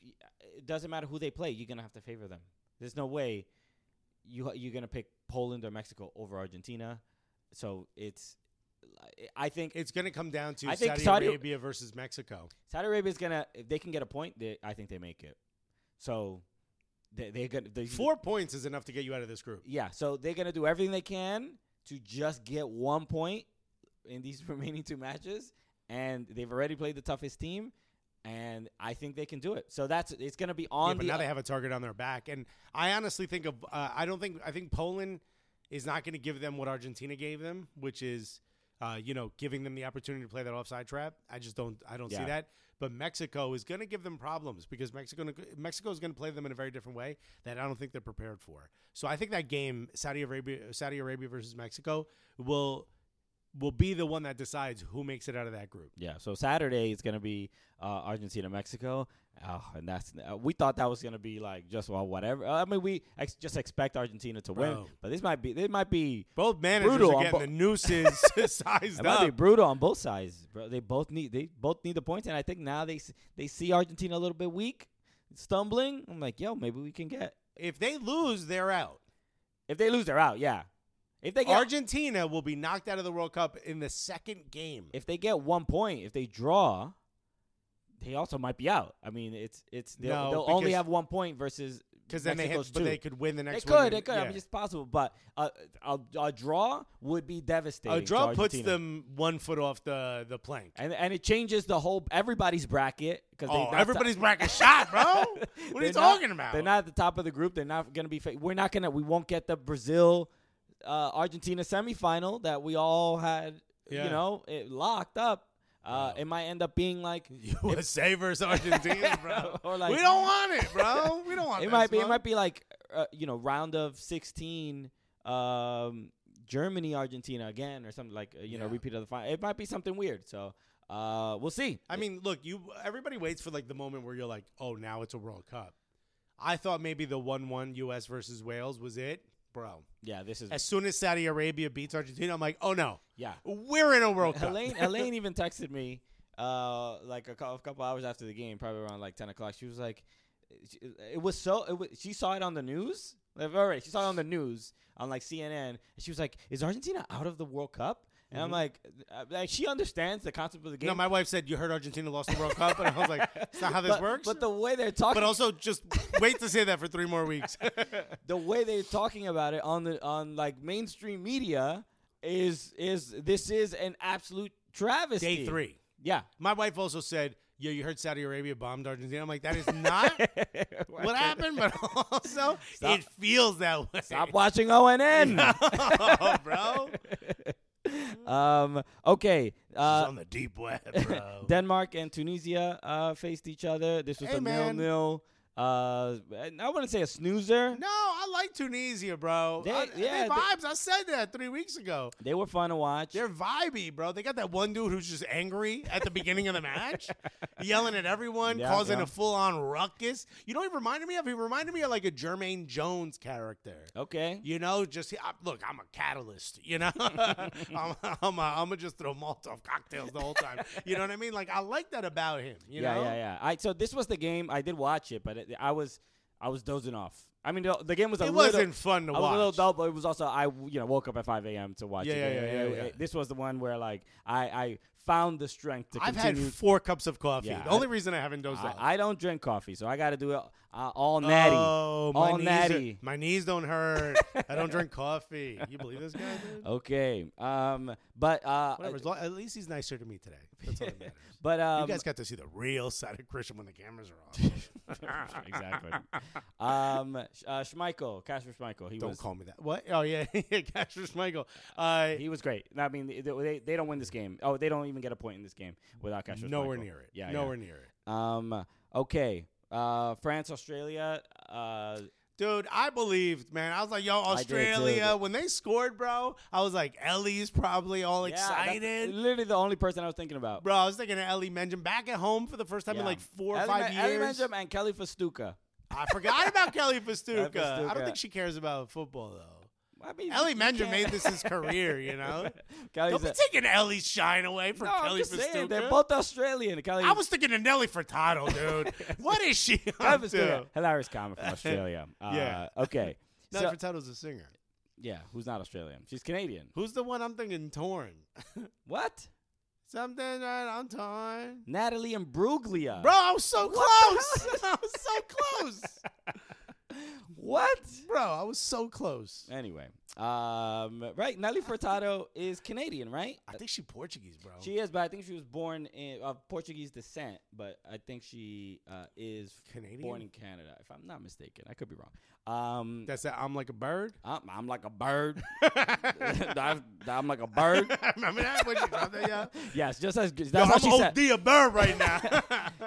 Speaker 4: it doesn't matter who they play. You're gonna have to favor them. There's no way you you're gonna pick Poland or Mexico over Argentina. So it's, I think
Speaker 3: It's going to come down to
Speaker 4: I think
Speaker 3: Saudi,
Speaker 4: Saudi-
Speaker 3: Arabia versus Mexico.
Speaker 4: Saudi Arabia's gonna if they can get a point, they, I think they make it. So they, they're gonna they,
Speaker 3: Four points is enough to get you out of this group.
Speaker 4: Yeah, so they're gonna do everything they can to just get one point in these remaining two matches, and they've already played the toughest team, and I think they can do it. So that's it's gonna be on
Speaker 3: Yeah, but
Speaker 4: the
Speaker 3: now they have a target on their back, and I honestly think of uh, I don't think I think Poland is not going to give them what Argentina gave them, which is uh, you know giving them the opportunity to play that offside trap. I just don't I don't see
Speaker 4: Yeah.
Speaker 3: that. But Mexico is going to give them problems because Mexico Mexico is going to play them in a very different way that I don't think they're prepared for. So I think that game Saudi Arabia Saudi Arabia versus Mexico will will be the one that decides who makes it out of that group.
Speaker 4: yeah. So Saturday is gonna be uh, Argentina Mexico, oh, and that's uh, we thought that was gonna be like just well whatever. Uh, I mean we ex- just expect Argentina to win,
Speaker 3: Bro.
Speaker 4: but this might be this might be
Speaker 3: Both managers
Speaker 4: Brutal
Speaker 3: are
Speaker 4: on
Speaker 3: getting
Speaker 4: bo-
Speaker 3: the nooses sized
Speaker 4: It
Speaker 3: up.
Speaker 4: might be brutal on both sides, bro. They both need they both need the points, and I think now they s- they see Argentina a little bit weak, stumbling. I'm like, yo, maybe we can get.
Speaker 3: If they lose, they're out.
Speaker 4: If they lose, they're out. Uh, Yeah. If they get
Speaker 3: Argentina will be knocked out of the World Cup in the second game.
Speaker 4: if they get one point, if they draw, they also might be out. I mean, it's it's they'll,
Speaker 3: No,
Speaker 4: they'll only
Speaker 3: because-
Speaker 4: have one point versus
Speaker 3: Because then they
Speaker 4: Mexico's
Speaker 3: have, but
Speaker 4: two.
Speaker 3: they could win the
Speaker 4: They
Speaker 3: next. one
Speaker 4: could,
Speaker 3: and-
Speaker 4: they could. I
Speaker 3: yeah.
Speaker 4: mean, it's possible, but a, a, a draw would be devastating.
Speaker 3: a
Speaker 4: to
Speaker 3: draw puts
Speaker 4: Argentina.
Speaker 3: them one foot off the the plank.
Speaker 4: and and it changes the whole everybody's bracket because
Speaker 3: Oh, everybody's bracket shot, bro. What are you talking about?
Speaker 4: They're not at the top of the group. They're not going to be. Fa- we're not going to. We won't get the Brazil, uh, Argentina semifinal that we all had.
Speaker 3: Yeah.
Speaker 4: You know, it locked up. Uh, It might end up being like.
Speaker 3: USA versus Argentina, bro.
Speaker 4: Or like-
Speaker 3: we don't want it, bro. We don't want
Speaker 4: It
Speaker 3: that
Speaker 4: might be. It
Speaker 3: smoke.
Speaker 4: might be like uh, you know, round of sixteen. Um, Germany, Argentina again, or something like uh, you know,
Speaker 3: Yeah.
Speaker 4: repeat of the final. It might be something weird. So uh, we'll see.
Speaker 3: I mean, look, you. Everybody waits for like the moment where you're like, oh, now it's a World Cup. I thought maybe the one-one U.S. versus Wales was it, bro.
Speaker 4: Yeah, this is
Speaker 3: As soon as Saudi Arabia beats Argentina, I'm like, oh no,
Speaker 4: yeah.
Speaker 3: we're in a World Cup.
Speaker 4: Elaine, Elaine even texted me uh, like a couple, a couple hours after the game, probably around like ten o'clock. She was like, "It was so." It was, she saw it on the news. Like, all right, she saw it on the news on like CNN. And she was like, "Is Argentina out of the World Cup?" And I'm like, uh, like, she understands the concept of the game.
Speaker 3: No, my wife said Mm-hmm. you heard Argentina lost the World Cup, and I was like, "It's not how this
Speaker 4: but,
Speaker 3: works."
Speaker 4: But the way they're talking,
Speaker 3: But also, just wait to say that for three more weeks.
Speaker 4: the way they're talking about it on the on like mainstream media is is this is an absolute travesty.
Speaker 3: Day three.
Speaker 4: Yeah.
Speaker 3: My wife also said, "Yo, you heard Saudi Arabia bombed Argentina." I'm like, "That is not what happened," but also
Speaker 4: Stop.
Speaker 3: it feels that way.
Speaker 4: Stop Uh, watching ONN.
Speaker 3: oh, bro.
Speaker 4: Um. Okay.
Speaker 3: It's
Speaker 4: Uh,
Speaker 3: on the deep web, bro.
Speaker 4: Denmark and Tunisia uh, faced each other. This was
Speaker 3: Hey,
Speaker 4: a
Speaker 3: man.
Speaker 4: nil-nil. Uh, and I wouldn't say a snoozer.
Speaker 3: no, I like Tunisia, bro.
Speaker 4: They-
Speaker 3: I-
Speaker 4: yeah,
Speaker 3: they
Speaker 4: they-
Speaker 3: vibes. I said that three weeks ago.
Speaker 4: They were fun to watch.
Speaker 3: They're vibey, bro. They got that one dude who's just angry at the beginning of the match, yelling at everyone,
Speaker 4: Yeah,
Speaker 3: causing
Speaker 4: yeah.
Speaker 3: a full on ruckus. You know what he reminded me of? He reminded me of like a Jermaine Jones character.
Speaker 4: okay.
Speaker 3: You know, just I, look, I'm a catalyst, you know? I'm, I'm, a, I'm gonna just throw Molotov cocktails the whole time. You know what I mean? Like, I like that about him, you
Speaker 4: yeah,
Speaker 3: know?
Speaker 4: yeah, yeah. I so this was the game. I did watch it, but it, I was I was dozing off. I mean, the, the game was a
Speaker 3: It
Speaker 4: little,
Speaker 3: wasn't fun to
Speaker 4: I was a little
Speaker 3: watch.
Speaker 4: dull, but it was also I you know woke up at 5 a.m. to watch
Speaker 3: Yeah,
Speaker 4: it.
Speaker 3: yeah,
Speaker 4: And
Speaker 3: yeah,
Speaker 4: it-
Speaker 3: yeah,
Speaker 4: it-
Speaker 3: yeah.
Speaker 4: This was the one where like I I found the strength to
Speaker 3: I've had
Speaker 4: continue.
Speaker 3: four cups of coffee.
Speaker 4: Yeah,
Speaker 3: the
Speaker 4: I-
Speaker 3: only reason I haven't dozed off.
Speaker 4: I, I don't drink coffee, so I got to do it uh, all natty,
Speaker 3: Oh, my
Speaker 4: all
Speaker 3: knees are-
Speaker 4: natty.
Speaker 3: my knees don't hurt. I don't drink coffee. You believe this guy, dude?
Speaker 4: Okay. Um. But uh.
Speaker 3: Whatever. as lo- at least he's nicer to me today. That's all that matters.
Speaker 4: But um.
Speaker 3: you guys got to see the real side of Christian when the cameras are off.
Speaker 4: exactly. um. Sh- Uh, Schmeichel, Casper Schmeichel. He
Speaker 3: don't
Speaker 4: was.
Speaker 3: call me that. What? Oh yeah, Casper Schmeichel. Uh,
Speaker 4: He was great. I mean, they, they they don't win this game. Oh, they don't even get a point in this game without Casper.
Speaker 3: nowhere
Speaker 4: Schmeichel.
Speaker 3: near it.
Speaker 4: Yeah.
Speaker 3: nowhere near it.
Speaker 4: near. Um. Okay. Uh. France, Australia. Uh.
Speaker 3: Dude, I believed, man. I was like, yo,
Speaker 4: did, too.
Speaker 3: Australia. When they scored, bro, I was like, Ellie's probably all
Speaker 4: yeah, that's
Speaker 3: excited.
Speaker 4: Literally the only person I was thinking about.
Speaker 3: Bro, I was thinking of Ellie Menjum back at home for the first time
Speaker 4: Yeah.
Speaker 3: in like four or
Speaker 4: Ellie
Speaker 3: five
Speaker 4: Ma- Ellie
Speaker 3: years.
Speaker 4: Manjum and Kelly Festuca.
Speaker 3: I forgot about Kelly Festuca. I
Speaker 4: Festuca.
Speaker 3: don't think she cares about football though.
Speaker 4: I mean,
Speaker 3: Ellie
Speaker 4: you
Speaker 3: Menjum
Speaker 4: can't-
Speaker 3: made this his career, you know.
Speaker 4: Kelly's
Speaker 3: Don't be
Speaker 4: a-
Speaker 3: taking Ellie's shine away from
Speaker 4: no, I'm
Speaker 3: Kelly
Speaker 4: just saying, they're
Speaker 3: Festuca.
Speaker 4: both Australian. Kelly
Speaker 3: I was thinking of Nelly Furtado, dude. what is she
Speaker 4: That
Speaker 3: up
Speaker 4: was
Speaker 3: to?
Speaker 4: good. hilarious comment from Australia. Uh,
Speaker 3: Yeah.
Speaker 4: Okay.
Speaker 3: Nelly
Speaker 4: So-
Speaker 3: Furtado's a singer.
Speaker 4: yeah. Who's not Australian? She's Canadian.
Speaker 3: Who's the one I'm thinking torn?
Speaker 4: What?
Speaker 3: Something that I'm torn.
Speaker 4: Natalie and Bruglia.
Speaker 3: Bro, I was so close. I was so close.
Speaker 4: What?
Speaker 3: Bro, I was so close.
Speaker 4: Anyway. Um. Right. Natalie Furtado is Canadian, right?
Speaker 3: I think she Portuguese, bro.
Speaker 4: She is, but I think she was born in, of Portuguese descent. But I think she uh, is
Speaker 3: Canadian?
Speaker 4: born in Canada, if I'm not mistaken. I could be wrong. Um.
Speaker 3: That's that I'm like a bird.
Speaker 4: I'm, I'm like a bird. I'm, I'm like a bird.
Speaker 3: Remember that? When she dropped that, yeah?
Speaker 4: Yes, just as that's
Speaker 3: Yo,
Speaker 4: how she
Speaker 3: I'm
Speaker 4: said.
Speaker 3: OD a bird right now.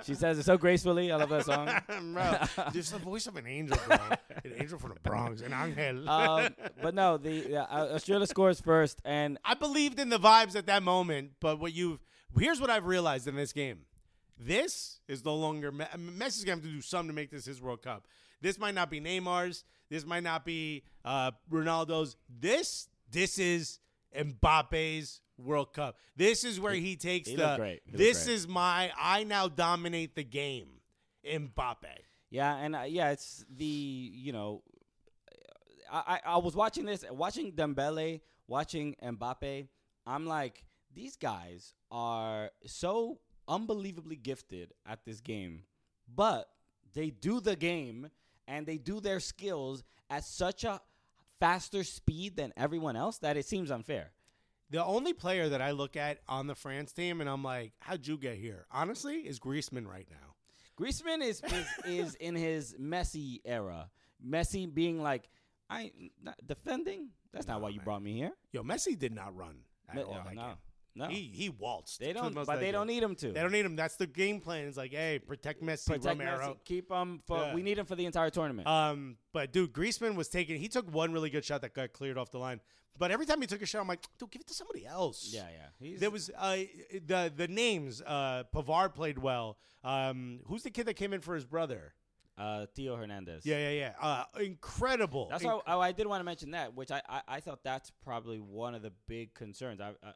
Speaker 4: She says it so gracefully. I love that song.
Speaker 3: bro, just the voice of an angel, bro. An angel from the Bronx, an angel.
Speaker 4: um, but no, the uh, Australia scores first, and
Speaker 3: I believed in the vibes at that moment, but what you've here's what I've realized in this game: this is no longer Me- Messi's gonna have to do something to make this his World Cup. This might not be Neymar's. This might not be uh, Ronaldo's. This this is Mbappe's World Cup. This is where he takes
Speaker 4: he
Speaker 3: the.
Speaker 4: looked great. He looked
Speaker 3: This
Speaker 4: great.
Speaker 3: is my. I now dominate the game. Mbappe.
Speaker 4: yeah, and uh, yeah, it's the you know, I, I I was watching this, watching Dembele, watching Mbappe. I'm like, these guys are so unbelievably gifted at this game, but they do the game and they do their skills at such a faster speed than everyone else that it seems unfair.
Speaker 3: The only player that I look at on the France team and I'm like, how'd you get here? Honestly, is Griezmann right now.
Speaker 4: Griezmann is is, is in his Messi era. Messi being like, I ain't not defending. That's not why you brought me here.
Speaker 3: Yo, Messi did not run at
Speaker 4: No,
Speaker 3: all. that
Speaker 4: oh, uh, no,
Speaker 3: game.
Speaker 4: no.
Speaker 3: He he waltzed.
Speaker 4: They
Speaker 3: for the
Speaker 4: don't,
Speaker 3: most
Speaker 4: but
Speaker 3: of
Speaker 4: they
Speaker 3: that
Speaker 4: don't
Speaker 3: game.
Speaker 4: need him to.
Speaker 3: They don't need him. That's the game plan. It's like, hey, protect Messi,
Speaker 4: protect Messi.
Speaker 3: Romero.
Speaker 4: Keep him for.
Speaker 3: Yeah.
Speaker 4: We need him for the entire tournament.
Speaker 3: Um, but dude, Griezmann was taking. He took one really good shot that got cleared off the line. But every time he took a shot, I'm like, dude, give it to somebody else.
Speaker 4: yeah, yeah. He's,
Speaker 3: There was uh, the the names. Uh, Pavard played well. Um, who's the kid that came in for his brother?
Speaker 4: uh, Theo Hernandez.
Speaker 3: Yeah, yeah, yeah. Uh, incredible.
Speaker 4: That's
Speaker 3: In-
Speaker 4: why oh, I did want to mention that, which I, I, I thought that's probably one of the big concerns. I, I,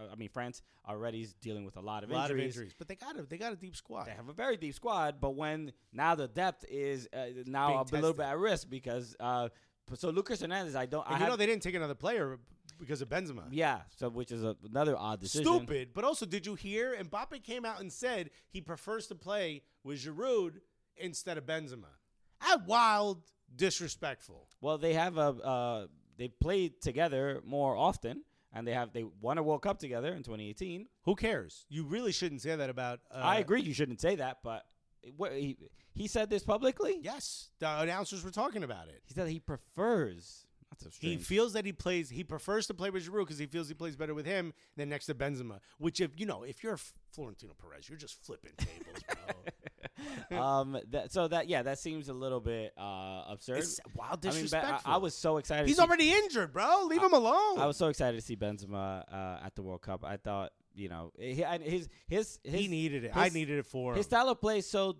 Speaker 4: I- I mean, France already is dealing with a lot of
Speaker 3: a lot of
Speaker 4: injuries.
Speaker 3: injuries, but they got a they got a deep squad.
Speaker 4: They have a very deep squad, but when now the depth is uh,
Speaker 3: Being
Speaker 4: now a little
Speaker 3: tested.
Speaker 4: bit at risk because uh, so Lucas Hernandez, I don't.
Speaker 3: and
Speaker 4: I
Speaker 3: you
Speaker 4: have,
Speaker 3: know they didn't take another player because of Benzema.
Speaker 4: yeah, so which is a, another odd decision.
Speaker 3: Stupid. But also, did you hear? Mbappe came out and said he prefers to play with Giroud instead of Benzema. That wild, disrespectful.
Speaker 4: Well, they have a uh, they played together more often, and they have they won a World Cup together in 2018.
Speaker 3: Who cares? You really shouldn't say that about. Uh,
Speaker 4: I agree, you shouldn't say that, but it- what, he he said this publicly.
Speaker 3: Yes, the announcers were talking about it.
Speaker 4: He said he prefers. That's so strange.
Speaker 3: He feels that he plays. He prefers to play with Giroud because he feels he plays better with him than next to Benzema. Which, if you know, if you're Florentino Perez, you're just flipping tables, bro.
Speaker 4: um, that, so that yeah, that seems a little bit uh, absurd.
Speaker 3: It's wild
Speaker 4: I mean, but I-
Speaker 3: disrespectful.
Speaker 4: I, was so excited. to
Speaker 3: He's
Speaker 4: see-
Speaker 3: already injured, bro. Leave him alone.
Speaker 4: I was so excited to see Benzema uh, at the World Cup. I thought you know he, and his his his
Speaker 3: he needed it. I
Speaker 4: his-
Speaker 3: needed it for him.
Speaker 4: His style of play is so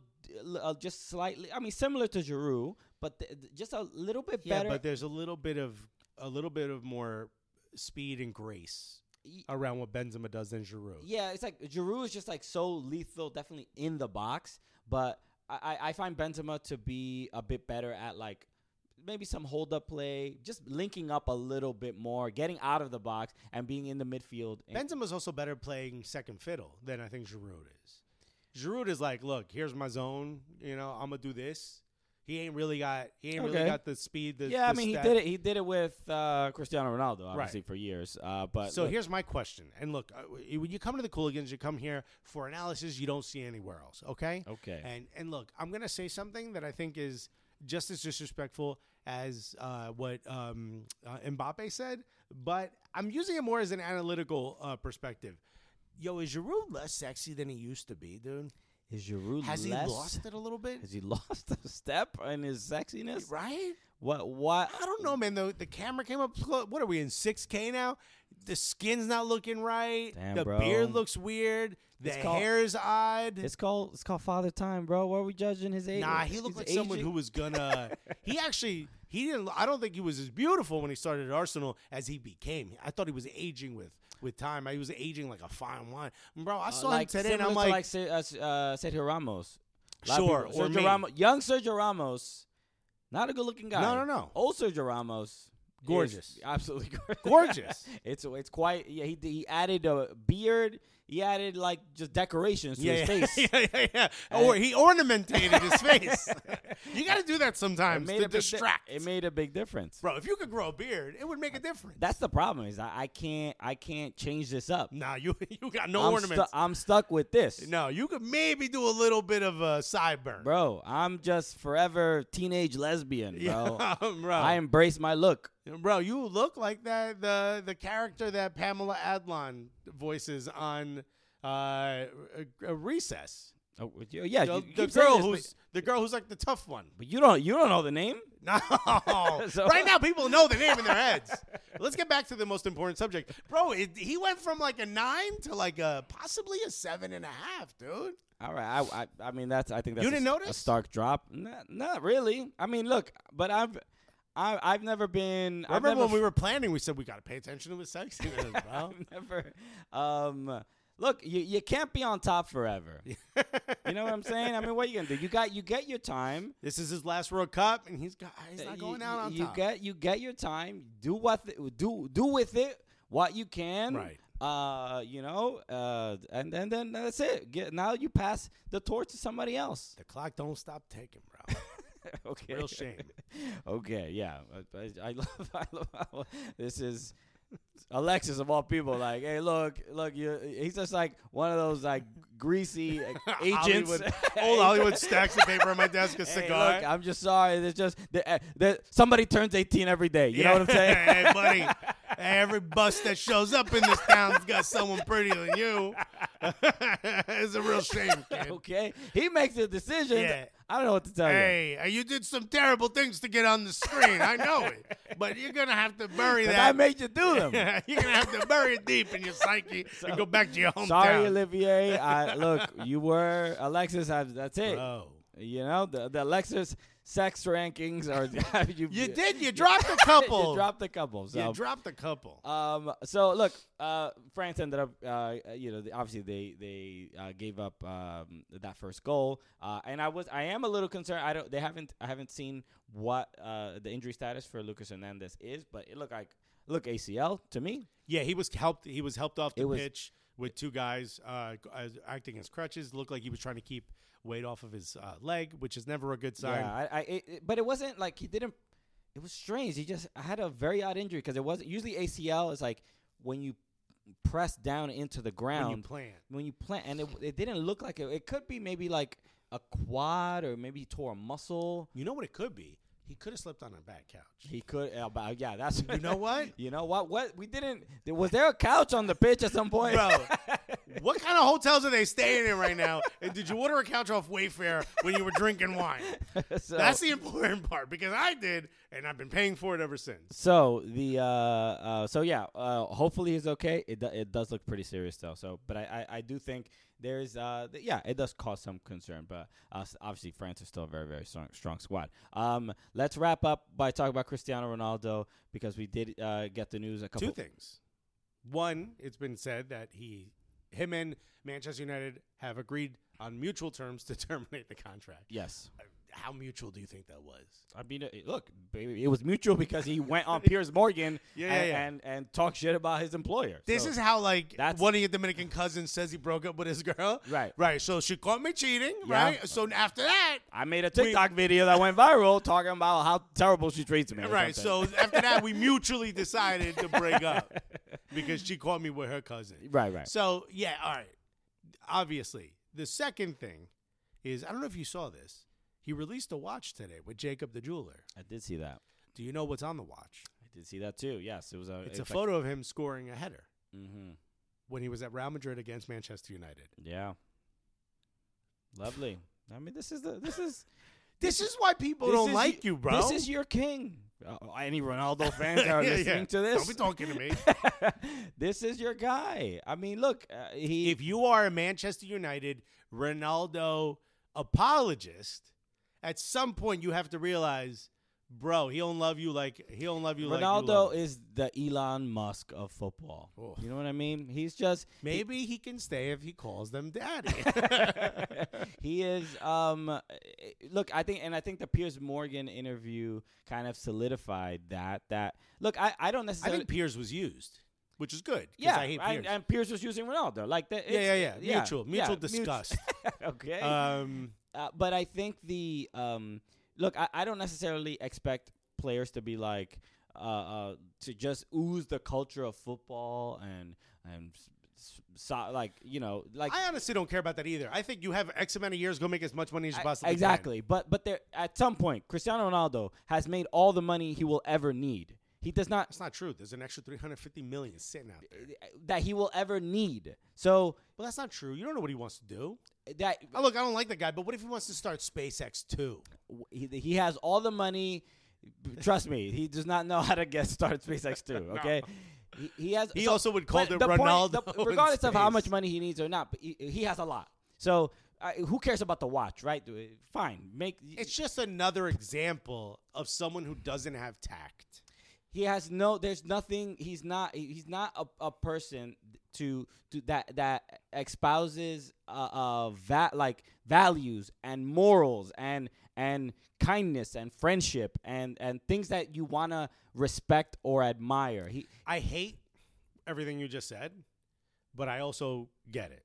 Speaker 4: uh, just slightly, I mean, similar to Giroud, but th- th- just a little bit
Speaker 3: yeah,
Speaker 4: better.
Speaker 3: but there's a little bit of a little bit of more speed and grace
Speaker 4: Y-
Speaker 3: around what Benzema does than Giroud.
Speaker 4: yeah, it's like Giroud is just like so lethal, definitely in the box. But I, I I find Benzema to be a bit better at like maybe some hold up play, just linking up a little bit more, getting out of the box, and being in the midfield. And
Speaker 3: Benzema's also better playing second fiddle than I think Giroud is. Giroud is like, look, here's my zone. You know, I'm gonna do this. He ain't really got. He ain't really
Speaker 4: Okay.
Speaker 3: got the speed. The,
Speaker 4: yeah, I
Speaker 3: the
Speaker 4: mean,
Speaker 3: stat-
Speaker 4: he did it. He did it with uh, Cristiano Ronaldo, obviously,
Speaker 3: Right.
Speaker 4: for years. Uh, but
Speaker 3: So
Speaker 4: look,
Speaker 3: here's my question. And look, uh, when you come to the Cooligans, you come here for analysis you don't see anywhere else, okay?
Speaker 4: Okay.
Speaker 3: And and look, I'm going to say something that I think is just as disrespectful as uh, what um, uh, Mbappe said, but I'm using it more as an analytical uh, perspective. Yo, is Giroud less sexy than he used to be, dude?
Speaker 4: is Giroud
Speaker 3: Has
Speaker 4: less-
Speaker 3: he lost it a little bit?
Speaker 4: Has he lost a step in his sexiness?
Speaker 3: Right?
Speaker 4: What? What?
Speaker 3: I don't know, man. The, the camera came up. clo- What are we in 6K now? The skin's not looking right.
Speaker 4: Damn,
Speaker 3: the
Speaker 4: bro.
Speaker 3: beard looks weird. The
Speaker 4: It's called-
Speaker 3: hair's odd.
Speaker 4: It's called it's called Father Time, bro. What are we judging his age?
Speaker 3: nah, he looked
Speaker 4: his
Speaker 3: like someone
Speaker 4: aging?
Speaker 3: who was gonna. he actually he didn't. I don't think he was as beautiful when he started at Arsenal as he became. I thought he was aging with with time. He was aging like a fine wine, bro. I
Speaker 4: Uh,
Speaker 3: saw
Speaker 4: like,
Speaker 3: him today, and
Speaker 4: similar
Speaker 3: I'm
Speaker 4: to
Speaker 3: like,
Speaker 4: like Se- uh, Se- uh, Sergio Ramos. A lot of
Speaker 3: Sure,
Speaker 4: people-
Speaker 3: or
Speaker 4: Sergio
Speaker 3: me.
Speaker 4: Ramos, young Sergio Ramos, not a good looking guy.
Speaker 3: No, no, no.
Speaker 4: Old Sergio Ramos, is
Speaker 3: Gorgeous.
Speaker 4: absolutely gorgeous.
Speaker 3: Gorgeous.
Speaker 4: it's it's quite. Yeah, he he added a beard. He added like just decorations to
Speaker 3: yeah,
Speaker 4: his
Speaker 3: yeah,
Speaker 4: face.
Speaker 3: yeah, yeah, yeah. Or he ornamentated his face. you got to do that
Speaker 4: It
Speaker 3: sometimes
Speaker 4: made
Speaker 3: to
Speaker 4: a big di-
Speaker 3: distract.
Speaker 4: it made a big difference.
Speaker 3: Bro, if you could grow a beard, it would make a difference.
Speaker 4: That's the problem is I, I can't I can't change this up.
Speaker 3: nah, you you got no
Speaker 4: I'm,
Speaker 3: ornaments.
Speaker 4: stu- I'm stuck with this.
Speaker 3: no, you could maybe do a little bit of a sideburn.
Speaker 4: Bro, I'm just forever teenage lesbian, bro.
Speaker 3: Yeah, bro.
Speaker 4: I embrace my look.
Speaker 3: Bro, you look like that the the character that Pamela Adlon voices on uh, uh, uh, Recess.
Speaker 4: Oh, would you- yeah,
Speaker 3: The,
Speaker 4: you- you
Speaker 3: the
Speaker 4: keep saying
Speaker 3: girl
Speaker 4: this, but-
Speaker 3: who's the girl who's like the tough one.
Speaker 4: but you don't you don't know the name.
Speaker 3: No,
Speaker 4: So-
Speaker 3: right now people know the name in their heads. Let's get back to the most important subject, bro. It, he went from like a nine to like a possibly a seven and a half, dude.
Speaker 4: All right, I, I I mean that's I think that's
Speaker 3: You
Speaker 4: a
Speaker 3: didn't
Speaker 4: s- a
Speaker 3: notice?
Speaker 4: stark drop. Not, not really. I mean, look, but I've I, I've never been. I've
Speaker 3: Remember
Speaker 4: never
Speaker 3: when we were planning, we said we got to pay attention to his sexiness, bro.
Speaker 4: I've never. Um, look, you, you can't be on top forever. you know what I'm saying? I mean, what are you gonna do? You got you get your time.
Speaker 3: this is his last World Cup, and he's got he's not
Speaker 4: Uh, You-
Speaker 3: going out on
Speaker 4: you
Speaker 3: top.
Speaker 4: get you get your time. Do what th- do do with it what you can.
Speaker 3: Right.
Speaker 4: Uh, you know, uh, and then then that's it. Get now you pass the torch to somebody else.
Speaker 3: the clock don't stop ticking, bro.
Speaker 4: okay.
Speaker 3: Real shame.
Speaker 4: Okay. Yeah. I, I, I love. I love. How, this is. Alexis of all people, like, hey, look, look, you. He's just like one of those like greasy like, agents.
Speaker 3: Hollywood, old Hollywood stacks of paper on my desk, a
Speaker 4: Hey,
Speaker 3: cigar.
Speaker 4: look, I'm just sorry. There's just the, uh, the, somebody turns 18 every day. You know what I'm saying?
Speaker 3: hey, buddy. Hey, every bus that shows up in this town's got someone prettier than you. it's a real shame, kid.
Speaker 4: okay, he makes the decision.
Speaker 3: Yeah.
Speaker 4: I don't know what to tell you.
Speaker 3: Hey, uh, you did some terrible things to get on the screen. I know it, but you're gonna have to bury
Speaker 4: 'Cause
Speaker 3: that.
Speaker 4: I made you do them.
Speaker 3: you're gonna have to bury it deep in your psyche and go back to your hometown.
Speaker 4: sorry, Olivier. I, look, you were Alexis. I, that's it.
Speaker 3: Bro.
Speaker 4: You know, the the Lexus sex rankings are. you,
Speaker 3: You did. You dropped Uh, a couple.
Speaker 4: you dropped a couple. So.
Speaker 3: You dropped a couple.
Speaker 4: Um, so look, uh, France ended up, uh, you know, they, obviously they they uh, gave up um, that first goal, uh, and I was I am a little concerned. I don't they haven't I haven't seen what uh, the injury status for Lucas Hernandez is, but it looked like look ACL to me.
Speaker 3: Yeah, he was helped. He was helped off the
Speaker 4: It was-
Speaker 3: pitch with two guys uh, as, acting as crutches. Looked like he was trying to keep weight off of his uh, leg, which is never a good sign.
Speaker 4: Yeah, I, I it, it- but it wasn't like he didn't. It was strange. He just had a very odd injury because it wasn't usually ACL is like when you press down into the ground
Speaker 3: when you plan.
Speaker 4: when you plant and it, it didn't look like it it could be maybe like a quad or maybe he tore a muscle
Speaker 3: You know what it could be? He could have slept on a back couch.
Speaker 4: he could uh, but yeah that's
Speaker 3: You know what?
Speaker 4: you know what what we didn't there- was there a couch on the pitch at some point
Speaker 3: Bro, what kind of hotels are they staying in right now? And did you order a couch off Wayfair when you were drinking wine?
Speaker 4: so,
Speaker 3: That's the important part because I did, and I've been paying for it ever since.
Speaker 4: so the uh, uh so yeah uh hopefully he's okay it, do, it does look pretty serious though so but i i, I do think there's uh th- yeah it does cause some concern but uh, s- obviously france is still a very very strong, strong squad um let's wrap up by talking about cristiano ronaldo because we did uh get the news a couple
Speaker 3: Two things. One, it's been said that he, him and Manchester United have agreed on mutual terms to terminate the contract.
Speaker 4: Yes.
Speaker 3: How mutual do you think that was?
Speaker 4: I mean, uh, look, baby, it was mutual because he went on Piers Morgan
Speaker 3: Yeah,
Speaker 4: and,
Speaker 3: yeah.
Speaker 4: and and talked shit about his employer.
Speaker 3: This
Speaker 4: So-
Speaker 3: is how like
Speaker 4: That's-
Speaker 3: one of your Dominican cousins says he broke up with his girl.
Speaker 4: Right.
Speaker 3: Right. So she caught me cheating.
Speaker 4: Yeah.
Speaker 3: Right. So after that,
Speaker 4: I made a TikTok video that went viral talking about how terrible she treats me. or
Speaker 3: right. So
Speaker 4: something.
Speaker 3: after that, we mutually decided to break up because she caught me with her cousin.
Speaker 4: Right, right.
Speaker 3: So yeah, all right. Obviously, the second thing is I don't know if you saw this. He released a watch today with Jacob the jeweler.
Speaker 4: I did see that.
Speaker 3: Do you know what's on the watch?
Speaker 4: I did see that too. Yes, it was a.
Speaker 3: It's a photo of him scoring a header
Speaker 4: hmm
Speaker 3: when he was at Real Madrid against Manchester United.
Speaker 4: Yeah. Lovely. I mean, this is the this is
Speaker 3: This is why people
Speaker 4: this
Speaker 3: don't
Speaker 4: is
Speaker 3: like
Speaker 4: y-
Speaker 3: you, bro.
Speaker 4: This is your king. Uh, any Ronaldo fans that are
Speaker 3: Yeah, yeah.
Speaker 4: listening to this?
Speaker 3: Don't be talking to me.
Speaker 4: this is your guy. I mean, look, uh, he
Speaker 3: if you are a Manchester United Ronaldo apologist, at some point you have to realize, bro, he don't love you like he don't love you like you
Speaker 4: Ronaldo
Speaker 3: love him.
Speaker 4: is the Elon Musk of football.
Speaker 3: Oh.
Speaker 4: You know what I mean? He's just
Speaker 3: Maybe he can stay if he calls them daddy.
Speaker 4: he is um eh, look, I think and I think the Piers Morgan interview kind of solidified that that look, I, I don't
Speaker 3: I
Speaker 4: necessarily
Speaker 3: think Piers was used, which is good. 'cause
Speaker 4: yeah,
Speaker 3: I hate Piers.
Speaker 4: and, and Pierce was using Ronaldo like that.
Speaker 3: yeah, yeah, yeah,
Speaker 4: it's-
Speaker 3: Mutual,
Speaker 4: yeah,
Speaker 3: mutual
Speaker 4: mutu-
Speaker 3: disgust.
Speaker 4: okay,
Speaker 3: um,
Speaker 4: uh, but I think the um, look, I, I don't necessarily expect players to be like uh, uh, to just ooze the culture of football and and s- s- so, like you know like
Speaker 3: I honestly don't care about that either. I think you have X amount of years, go make as much money as you
Speaker 4: I-
Speaker 3: possibly
Speaker 4: exactly. But but there at some point, Cristiano Ronaldo has made all the money he will ever need. He does not
Speaker 3: can. That's not true. There's an extra 350 million sitting out
Speaker 4: Uh,
Speaker 3: there.
Speaker 4: that he will ever need. So
Speaker 3: Well, that's not true. You don't know what he wants to do.
Speaker 4: that
Speaker 3: Oh, look, I don't like the guy, but what if he wants to start SpaceX too?
Speaker 4: he, he has all the money. Trust me, he does not know how to get started SpaceX too. Okay. He, he has.
Speaker 3: He also would call
Speaker 4: but
Speaker 3: it
Speaker 4: the point-
Speaker 3: Ronaldo
Speaker 4: the-
Speaker 3: in
Speaker 4: regardless of how
Speaker 3: space.
Speaker 4: much money he needs or not, but he, he has a lot. So uh, who cares about the watch, right? Fine, make.
Speaker 3: It's just another example of someone who doesn't have tact.
Speaker 4: he has no there's nothing he's not he- he's not a, a person to to that that espouses uh, uh va- like values and morals and and kindness and friendship and and things that you want to respect or admire he
Speaker 3: I hate everything you just said, but I also get it.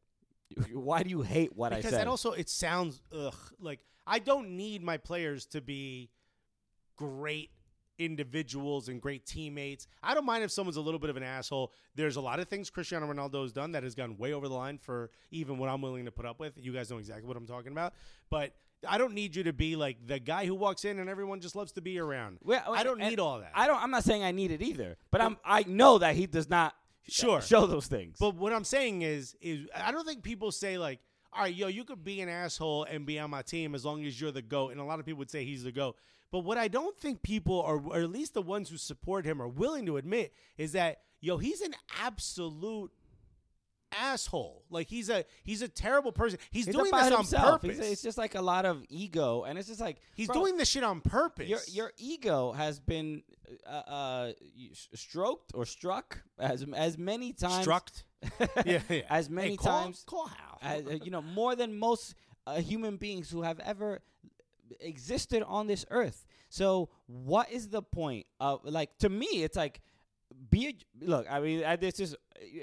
Speaker 4: why do you hate what
Speaker 3: because
Speaker 4: i said
Speaker 3: that also it sounds ugh like I don't need my players to be great individuals and great teammates. I don't mind if someone's a little bit of an asshole. There's a lot of things Cristiano Ronaldo has done that has gone way over the line for even what I'm willing to put up with. You guys know exactly what I'm talking about, but I don't need you to be like the guy who walks in and everyone just loves to be around.
Speaker 4: Well,
Speaker 3: I don't
Speaker 4: and
Speaker 3: need all that.
Speaker 4: i don't i'm not saying i need it either but i'm i know that he does not
Speaker 3: Sure.
Speaker 4: show those things
Speaker 3: But what I'm saying is, is I don't think people say like, all right, yo, you could be an asshole and be on my team as long as you're the goat. And a lot of people would say he's the goat. But what I don't think people are, or at least the ones who support him, are willing to admit is that yo, he's an absolute asshole. Like he's a he's a terrible person. He's,
Speaker 4: It's
Speaker 3: doing
Speaker 4: about
Speaker 3: this on
Speaker 4: himself. He's-
Speaker 3: purpose. He's,
Speaker 4: it's just like a lot of ego, and it's just like bro,
Speaker 3: doing this shit on purpose.
Speaker 4: Your your ego has been uh, uh, y- s- stroked or struck as as many times.
Speaker 3: struct. yeah, yeah.
Speaker 4: As many
Speaker 3: Hey, call-
Speaker 4: times
Speaker 3: Call Hal.
Speaker 4: as, uh, you know more than most uh, human beings who have ever existed on this earth. So what is the point of like to me it's like be a, look, I mean I, this is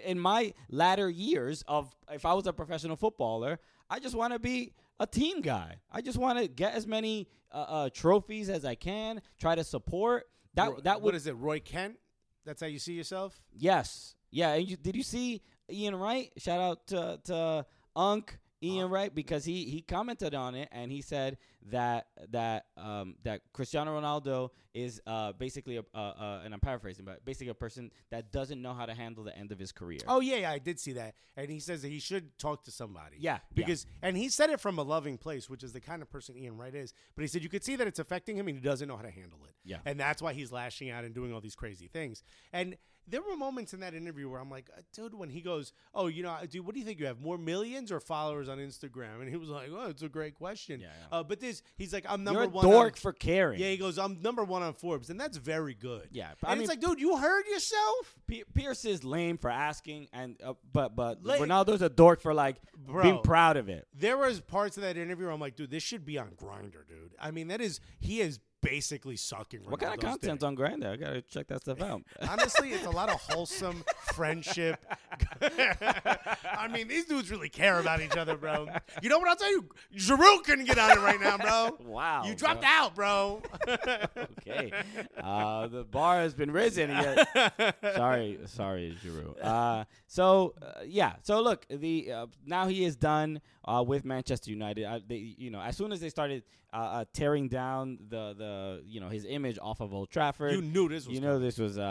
Speaker 4: in my latter years of if I was a professional footballer, I just want to be a team guy. I just want to get as many uh, uh, trophies as I can, try to support. That
Speaker 3: Roy-
Speaker 4: that would
Speaker 3: what is it? Roy Kent. That's how you see yourself.
Speaker 4: Yes. Yeah. And you, did you see Ian Wright? Shout out to to Unc Ian
Speaker 3: Uh-huh.
Speaker 4: Wright because he he commented on it and he said that that um that Cristiano Ronaldo is uh basically a uh, uh and I'm paraphrasing but basically a person that doesn't know how to handle the end of his career.
Speaker 3: Oh yeah, yeah, I did see that. And he says that he should talk to somebody.
Speaker 4: Yeah, yeah.
Speaker 3: Because and he said it from a loving place, which is the kind of person Ian Wright is. But he said you could see that it's affecting him and he doesn't know how to handle it.
Speaker 4: Yeah.
Speaker 3: And that's why he's lashing out and doing all these crazy things. And there were moments in that interview where I'm like, uh, dude, when he goes, "Oh, you know, dude, what do you think you have more millions or followers on Instagram?" And he was like, "Oh, it's a great question."
Speaker 4: yeah.
Speaker 3: Uh, but this, he's like, "I'm number
Speaker 4: You're a
Speaker 3: one." on-
Speaker 4: dork for caring.
Speaker 3: yeah, he goes, "I'm number one on Forbes," and that's very good.
Speaker 4: Yeah,
Speaker 3: and
Speaker 4: I mean-
Speaker 3: it's like, dude, you heard yourself.
Speaker 4: P- Pierce is lame for asking, and uh, but but
Speaker 3: Lame.
Speaker 4: Ronaldo's a dork for like
Speaker 3: Bro.
Speaker 4: being proud of it.
Speaker 3: there was parts of that interview where I'm like, dude, this should be on Grinder, dude. I mean, that is he is basically sucking.
Speaker 4: What kind of
Speaker 3: Ronaldo's
Speaker 4: content's
Speaker 3: dick.
Speaker 4: on Grindr? I gotta check that stuff out.
Speaker 3: Honestly, it's a lot of wholesome friendship. I mean, these dudes really care about each other, bro. You know what I'll tell you? Giroud couldn't get on it right now, bro.
Speaker 4: Wow,
Speaker 3: You dropped
Speaker 4: bro.
Speaker 3: out, bro.
Speaker 4: okay. Uh, the bar has been risen. Yet. sorry, sorry, Giroud. Uh, so uh, yeah, so look, the uh, now he is done uh, with Manchester United. Uh, they, you know, as soon as they started uh, uh, tearing down the the you know his image off of Old Trafford,
Speaker 3: You knew this was
Speaker 4: you know this was uh,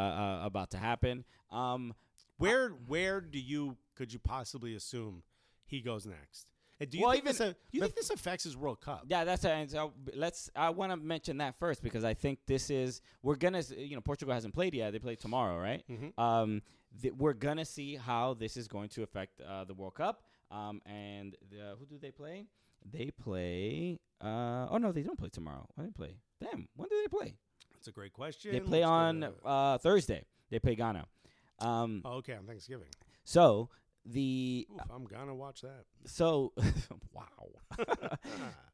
Speaker 4: uh, about to happen. Um,
Speaker 3: where where do you could you possibly assume he goes next? And do you
Speaker 4: Well,
Speaker 3: think
Speaker 4: even
Speaker 3: this, a- you think
Speaker 4: bef-
Speaker 3: this affects his World Cup?
Speaker 4: Yeah, that's and so let's. I want to mention that first because I think this is we're gonna. s- You know, Portugal hasn't played yet. They play tomorrow, right? Um, th- we're gonna see how this is going to affect uh, the World Cup. Um, and the, who do they play? They play. Uh, oh no, they don't play tomorrow. Why do they play? Damn, when do they play?
Speaker 3: That's a great question.
Speaker 4: They play
Speaker 3: Let's go
Speaker 4: on
Speaker 3: to-
Speaker 4: uh, Thursday. They play Ghana. Um,
Speaker 3: oh, okay, on Thanksgiving.
Speaker 4: so the
Speaker 3: Oof, I'm gonna watch that.
Speaker 4: so wow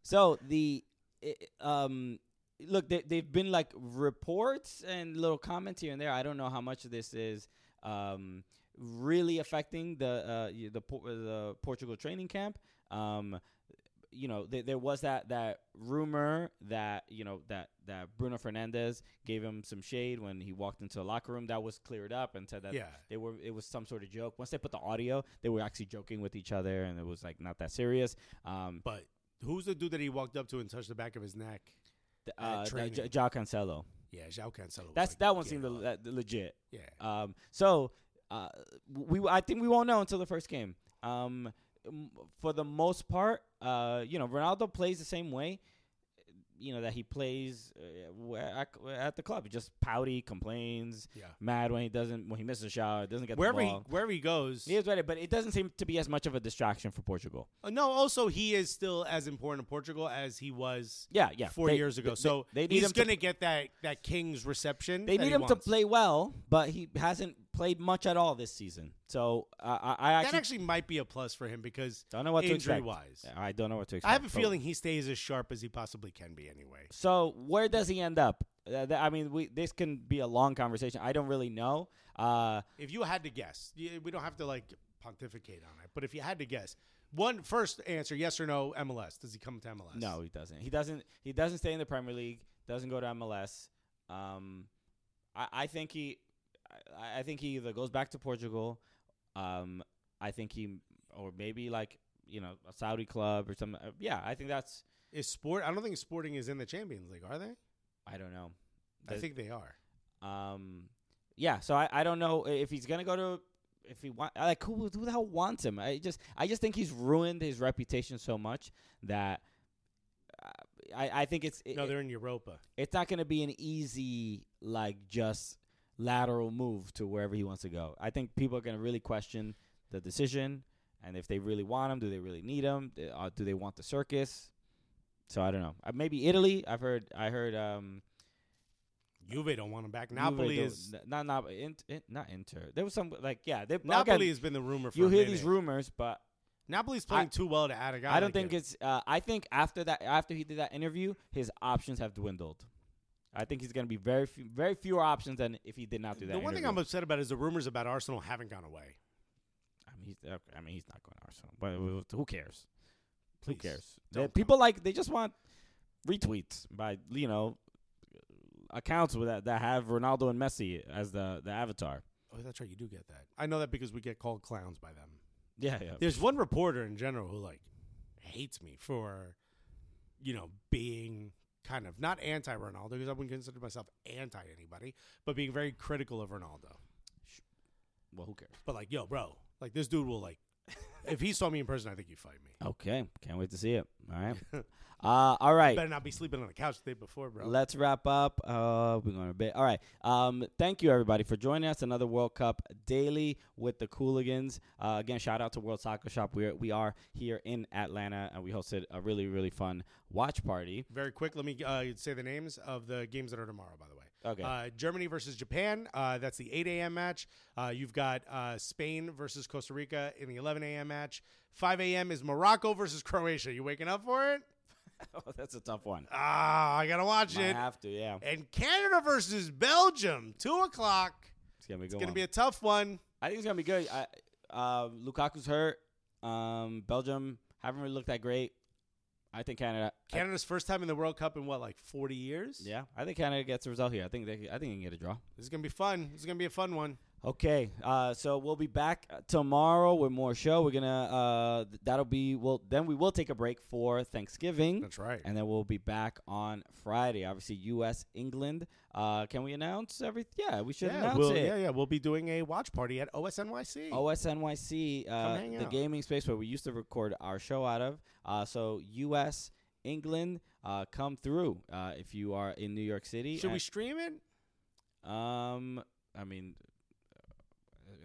Speaker 4: so the i- um look they, they've been like reports and little comments here and there i don't know how much of this is um really affecting the uh y- the, por- the portugal training camp um you know, th- there was that that rumor that you know that that Bruno Fernandez gave him some shade when he walked into the locker room. That was cleared up and said that
Speaker 3: Yeah.
Speaker 4: they were it was some sort of joke. Once they put the audio, they were actually joking with each other, and it was like not that serious. Um,
Speaker 3: But who's the dude that he walked up to and touched the back of his neck?
Speaker 4: th-
Speaker 3: uh,
Speaker 4: uh,
Speaker 3: training.
Speaker 4: J- Ja Cancelo.
Speaker 3: Yeah, Zhao Cancelo. was
Speaker 4: That's
Speaker 3: like,
Speaker 4: that one
Speaker 3: yeah,
Speaker 4: seemed le- that- legit.
Speaker 3: Yeah.
Speaker 4: Um, so uh, we I think we won't know until the first game. Um, m- for the most part, uh, you know, Ronaldo plays the same way. You know that he plays uh, where- at, at the club. He just pouty, complains,
Speaker 3: Yeah.
Speaker 4: mad when he doesn't when he misses a shot, doesn't get
Speaker 3: wherever
Speaker 4: the
Speaker 3: he
Speaker 4: ball.
Speaker 3: wherever he goes.
Speaker 4: He is ready, but it doesn't seem to be as much of a distraction for Portugal.
Speaker 3: Uh, No, also he is still as important to Portugal as he was.
Speaker 4: Yeah, yeah.
Speaker 3: Four
Speaker 4: They-
Speaker 3: years ago,
Speaker 4: they-
Speaker 3: so
Speaker 4: they need
Speaker 3: he's
Speaker 4: him to-
Speaker 3: gonna get that that king's reception.
Speaker 4: They
Speaker 3: that
Speaker 4: need
Speaker 3: he
Speaker 4: him to
Speaker 3: wants.
Speaker 4: play well, but he hasn't played much at all this season. So uh, I, I
Speaker 3: That
Speaker 4: actually
Speaker 3: actually might be a plus for him because
Speaker 4: don't know what to
Speaker 3: injury
Speaker 4: expect.
Speaker 3: wise.
Speaker 4: I don't know what to expect.
Speaker 3: I have a
Speaker 4: but-
Speaker 3: feeling he stays as sharp as he possibly can be. Anyway,
Speaker 4: So where does he end up? Uh, th- I mean, we this can be a long conversation. I don't really know. Uh,
Speaker 3: If you had to guess, you- we don't have to like pontificate on it, but if you had to guess, one first answer, yes or no, MLS. Does he come to MLS?
Speaker 4: no, he doesn't. He doesn't. He doesn't stay in the Premier League. Doesn't go to MLS. Um, I, I think he. I, I think he either goes back to Portugal. Um, I think he, or maybe like you know a Saudi club or something. Uh, yeah, I think that's.
Speaker 3: Is sport? I don't think Sporting is in the Champions League, are they?
Speaker 4: I don't know.
Speaker 3: I
Speaker 4: Does-
Speaker 3: think they are.
Speaker 4: Um, yeah. So I, I don't know if he's gonna go to if he want like who who the hell wants him. I just I just think he's ruined his reputation so much that uh, I I think it's it,
Speaker 3: No, they're in Europa.
Speaker 4: it's not gonna be an easy like just lateral move to wherever he wants to go. I think people are gonna really question. the decision, and if they really want him, do they really need him? Do- Uh, do they want the circus? So I don't know. Uh, maybe Italy. I've heard. I heard. Um,
Speaker 3: Juve don't want him back.
Speaker 4: Juve
Speaker 3: Napoli
Speaker 4: don't-
Speaker 3: is
Speaker 4: n- not not in, in, not Inter. There was some like yeah. They,
Speaker 3: Napoli
Speaker 4: again,
Speaker 3: has been the rumor. For
Speaker 4: you
Speaker 3: a
Speaker 4: hear these
Speaker 3: minute.
Speaker 4: rumors, but
Speaker 3: Napoli's
Speaker 4: I-
Speaker 3: playing too well to add a guy.
Speaker 4: I don't
Speaker 3: like
Speaker 4: think
Speaker 3: him.
Speaker 4: it's. Uh, I think after that, after he did that interview, his options have dwindled. I think he's going to be very, few, very fewer options than if he did not do that.
Speaker 3: The one thing
Speaker 4: interview.
Speaker 3: I'm upset about is the rumors about Arsenal haven't gone away.
Speaker 4: I mean, he's, I mean, he's not going to Arsenal. But w- w- who cares?
Speaker 3: Please,
Speaker 4: who cares?
Speaker 3: don't
Speaker 4: They- people like they just want retweets by you know accounts with that that have Ronaldo and Messi as the the avatar.
Speaker 3: Oh, that's right. You do get that. I know that because we get called clowns by them.
Speaker 4: Yeah, yeah.
Speaker 3: There's one reporter in general who like hates me for, you know, being kind of not anti Ronaldo because I wouldn't consider myself anti anybody, but being very critical of Ronaldo.
Speaker 4: well, who cares?
Speaker 3: But like, yo, bro, like this dude will like, if he saw me in person, I think he'd fight me.
Speaker 4: Okay, can't wait to see it. All right, uh, all right.
Speaker 3: Better not be sleeping on the couch the day before, bro.
Speaker 4: Let's wrap up. Uh, we're going a bit. All right. Um, thank you everybody for joining us. Another World Cup daily with the Cooligans. Uh, again, shout out to World Soccer Shop. We are, we are here in Atlanta, and we hosted a really really fun watch party.
Speaker 3: Very quick, let me uh, say the names of the games that are tomorrow, by the way.
Speaker 4: Okay.
Speaker 3: Uh, Germany versus Japan. Uh, that's the 8 a.m. match. Uh, you've got uh, Spain versus Costa Rica in the 11 a.m. match. 5 a.m. is Morocco versus Croatia. You waking up for it?
Speaker 4: oh, that's a tough one.
Speaker 3: Ah, I got to watch
Speaker 4: Might
Speaker 3: it.
Speaker 4: have to. Yeah.
Speaker 3: And Canada versus Belgium, 2 o'clock.
Speaker 4: It's gonna be a
Speaker 3: It's
Speaker 4: good
Speaker 3: going to
Speaker 4: one.
Speaker 3: be a tough one.
Speaker 4: I think it's gonna be good. I, uh, Lukaku's hurt. Um, Belgium haven't really looked that great. I think Canada. I-
Speaker 3: Canada's first time in the World Cup in what, like 40 years?
Speaker 4: yeah, I think Canada gets a result here. I think they. I think they can get a draw.
Speaker 3: This is going to be fun. This is going to be a fun one.
Speaker 4: Okay, uh, so we'll be back tomorrow with more show. We're gonna uh, th- that'll be well. Then we will take a break for Thanksgiving,
Speaker 3: right.
Speaker 4: and then we'll be back on Friday. Obviously, U.S. England. Uh, can we announce every? Yeah, we should
Speaker 3: Yeah,
Speaker 4: announce
Speaker 3: we'll,
Speaker 4: it.
Speaker 3: yeah,
Speaker 4: Oh,
Speaker 3: yeah. We'll be doing a watch party at OSNYC.
Speaker 4: OSNYC, uh,
Speaker 3: hang
Speaker 4: the
Speaker 3: out.
Speaker 4: gaming space where we used to record our show out of. Uh, so U.S. England, uh, come through uh, if you are in New York City.
Speaker 3: Should we
Speaker 4: And-
Speaker 3: stream it?
Speaker 4: um, I mean,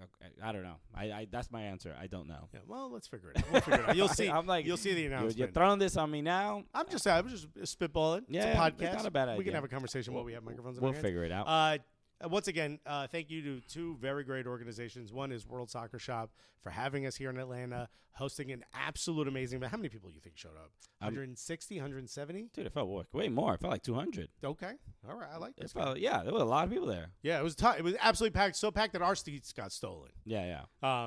Speaker 4: uh, I- I don't know. I, I that's my answer. I don't know.
Speaker 3: Yeah, well, let's figure it out. We'll figure it out. You'll see.
Speaker 4: I'm like,
Speaker 3: you'll see the
Speaker 4: You're-
Speaker 3: announcement.
Speaker 4: You're, throwing this on me now.
Speaker 3: I'm just, I'm just spitballing.
Speaker 4: Yeah,
Speaker 3: it's a podcast.
Speaker 4: it's not a bad
Speaker 3: We
Speaker 4: idea.
Speaker 3: can have a conversation while we have microphones. in
Speaker 4: Uh, We'll
Speaker 3: our hands.
Speaker 4: figure it out.
Speaker 3: Uh, once again, uh, thank you to two very great organizations. One is World Soccer Shop for having us here in Atlanta, hosting an absolute amazing. But how many people do you think showed up?
Speaker 4: Um,
Speaker 3: 160, 170?
Speaker 4: Dude, it felt wa- way more. It felt like 200.
Speaker 3: Okay, all right, I like
Speaker 4: It
Speaker 3: this.
Speaker 4: felt, yeah, there were a lot of people there.
Speaker 3: Yeah, it was tough. It was absolutely packed, so packed that our seats got stolen.
Speaker 4: Yeah, yeah.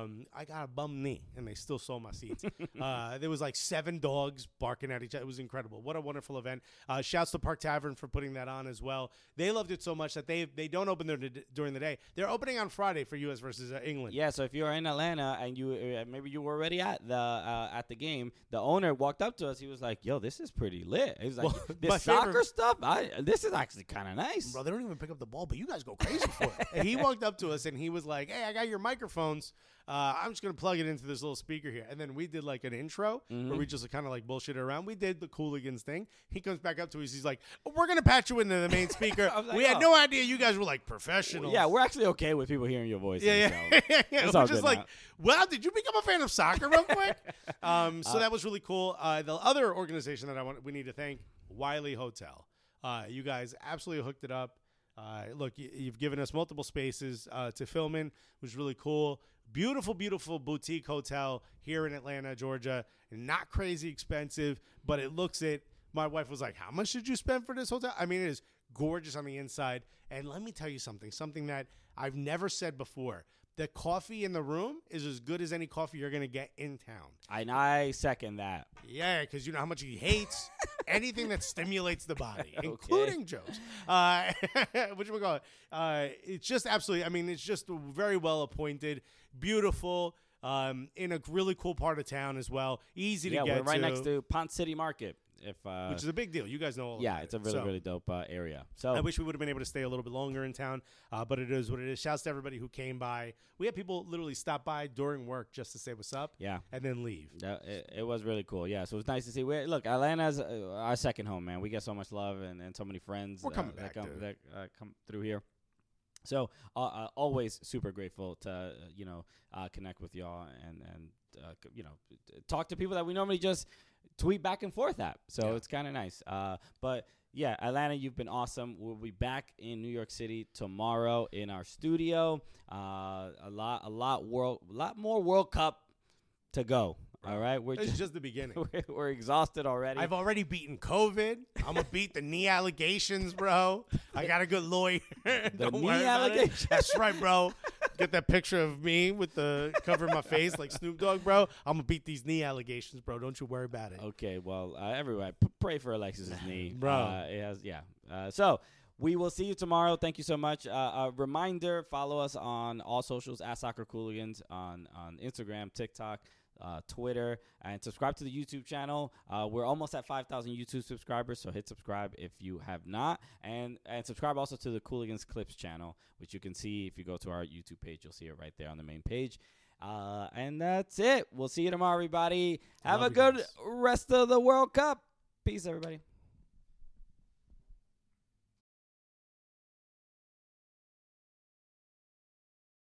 Speaker 3: Um, I got a bum knee, and they still sold my seats. uh, there was like seven dogs barking at each other. It was incredible. What a wonderful event! Uh, shouts to Park Tavern for putting that on as well. They loved it so much that they they don't open their during the day. They're opening on Friday for U.S. versus uh, England.
Speaker 4: Yeah, so if you're in Atlanta and you uh, maybe you were already at the uh, at the game, the owner walked up to us. He was like, "Yo, this is pretty lit." He was like,
Speaker 3: Well, my
Speaker 4: "This soccer
Speaker 3: favorite-
Speaker 4: stuff, I, this is actually kind of nice."
Speaker 3: Bro, they don't even pick up the ball, but you guys go crazy for it. And he walked up to us and he was like, "Hey, I got your microphones. Uh, I'm just gonna plug it into this little speaker here." And then we did like an intro
Speaker 4: Mm-hmm.
Speaker 3: where we just kind of like bullshit around. We did the Cooligans thing. He comes back up to us. He's like, "We're gonna patch you into the main speaker."
Speaker 4: I was like,
Speaker 3: we had
Speaker 4: "Oh."
Speaker 3: no idea you guys were like professionals.
Speaker 4: yeah, we're actually okay with people hearing your voice. in
Speaker 3: Yeah, yeah,
Speaker 4: the show.
Speaker 3: yeah, yeah.
Speaker 4: It's
Speaker 3: We're
Speaker 4: all
Speaker 3: just
Speaker 4: good
Speaker 3: like,
Speaker 4: now.
Speaker 3: wow, did you become a fan of soccer real quick? um, so that was really cool. Uh, the other organization that I want we need to thank Wiley Hotel. Uh, you guys absolutely hooked it up. Uh, look, you, you've given us multiple spaces uh, to film in, which is really cool. Beautiful, beautiful boutique hotel here in Atlanta, Georgia. Not crazy expensive, but it looks it. My wife was like, "How much did you spend for this hotel?" I mean, it is gorgeous on the inside. And let me tell you something, something that I've never said before. The coffee in the room is as good as any coffee you're going to get in town.
Speaker 4: And I second that.
Speaker 3: Yeah, because you know how much he hates anything that stimulates the body, including jokes. Uh, which we call it. Uh, it's just absolutely. I mean, it's just very well appointed, beautiful, um, in a really cool part of town as well. Easy
Speaker 4: Yeah,
Speaker 3: to get
Speaker 4: we're right
Speaker 3: to,
Speaker 4: next to Pont City Market. If uh,
Speaker 3: which is a big deal. You guys know all.
Speaker 4: yeah,
Speaker 3: about
Speaker 4: it's a
Speaker 3: it.
Speaker 4: really
Speaker 3: So-
Speaker 4: really dope uh, area. So
Speaker 3: I wish we would have been able to stay a little bit longer in town, uh, but it is what it is. Shouts to everybody who came by. We had people literally stop by during work just to say what's up,
Speaker 4: Yeah.
Speaker 3: and then leave.
Speaker 4: That, it, it was really cool. Yeah, so it was nice to see. We, look, Atlanta's uh, our second home, man. We get so much love and, and so many friends
Speaker 3: We're
Speaker 4: uh,
Speaker 3: coming
Speaker 4: that,
Speaker 3: back,
Speaker 4: come,
Speaker 3: dude.
Speaker 4: that uh, come through here. So uh, uh, always super grateful to uh, you know uh, connect with y'all and and uh, c- you know t- t- talk to people that we normally just tweet back and forth at. So it's kind of nice. Uh, but yeah, Atlanta, you've been awesome. We'll be back in New York City tomorrow in our studio. Uh, a lot, a lot world, a lot more World Cup to go. All right, we're
Speaker 3: It's
Speaker 4: just,
Speaker 3: just the beginning.
Speaker 4: we're, we're exhausted already.
Speaker 3: I've already beaten COVID. I'm gonna beat the knee allegations, bro. I got a good lawyer. Don't
Speaker 4: knee
Speaker 3: worry about it.
Speaker 4: allegations.
Speaker 3: That's right, bro. Get that picture of me with the cover of my face like Snoop Dogg, bro. I'm gonna beat these knee allegations, bro. Don't you worry about it.
Speaker 4: Okay, well, uh, everybody, p- pray for Alexis's knee,
Speaker 3: Bro.
Speaker 4: Uh, it has, yeah. Uh, so we will see you tomorrow. Thank you so much. Uh, a reminder: follow us on all socials at Soccer Cooligans on on Instagram, TikTok. Uh, Twitter and subscribe to the YouTube channel. Uh, we're almost at 5,000 YouTube subscribers, so hit subscribe if you have not, and and subscribe also to the Cooligans Clips channel, which you can see if you go to our YouTube page. You'll see it right there on the main page. Uh, and that's it. We'll see you tomorrow, everybody. Have a
Speaker 3: Love you
Speaker 4: good
Speaker 3: guys.
Speaker 4: rest of the World Cup. Peace, everybody.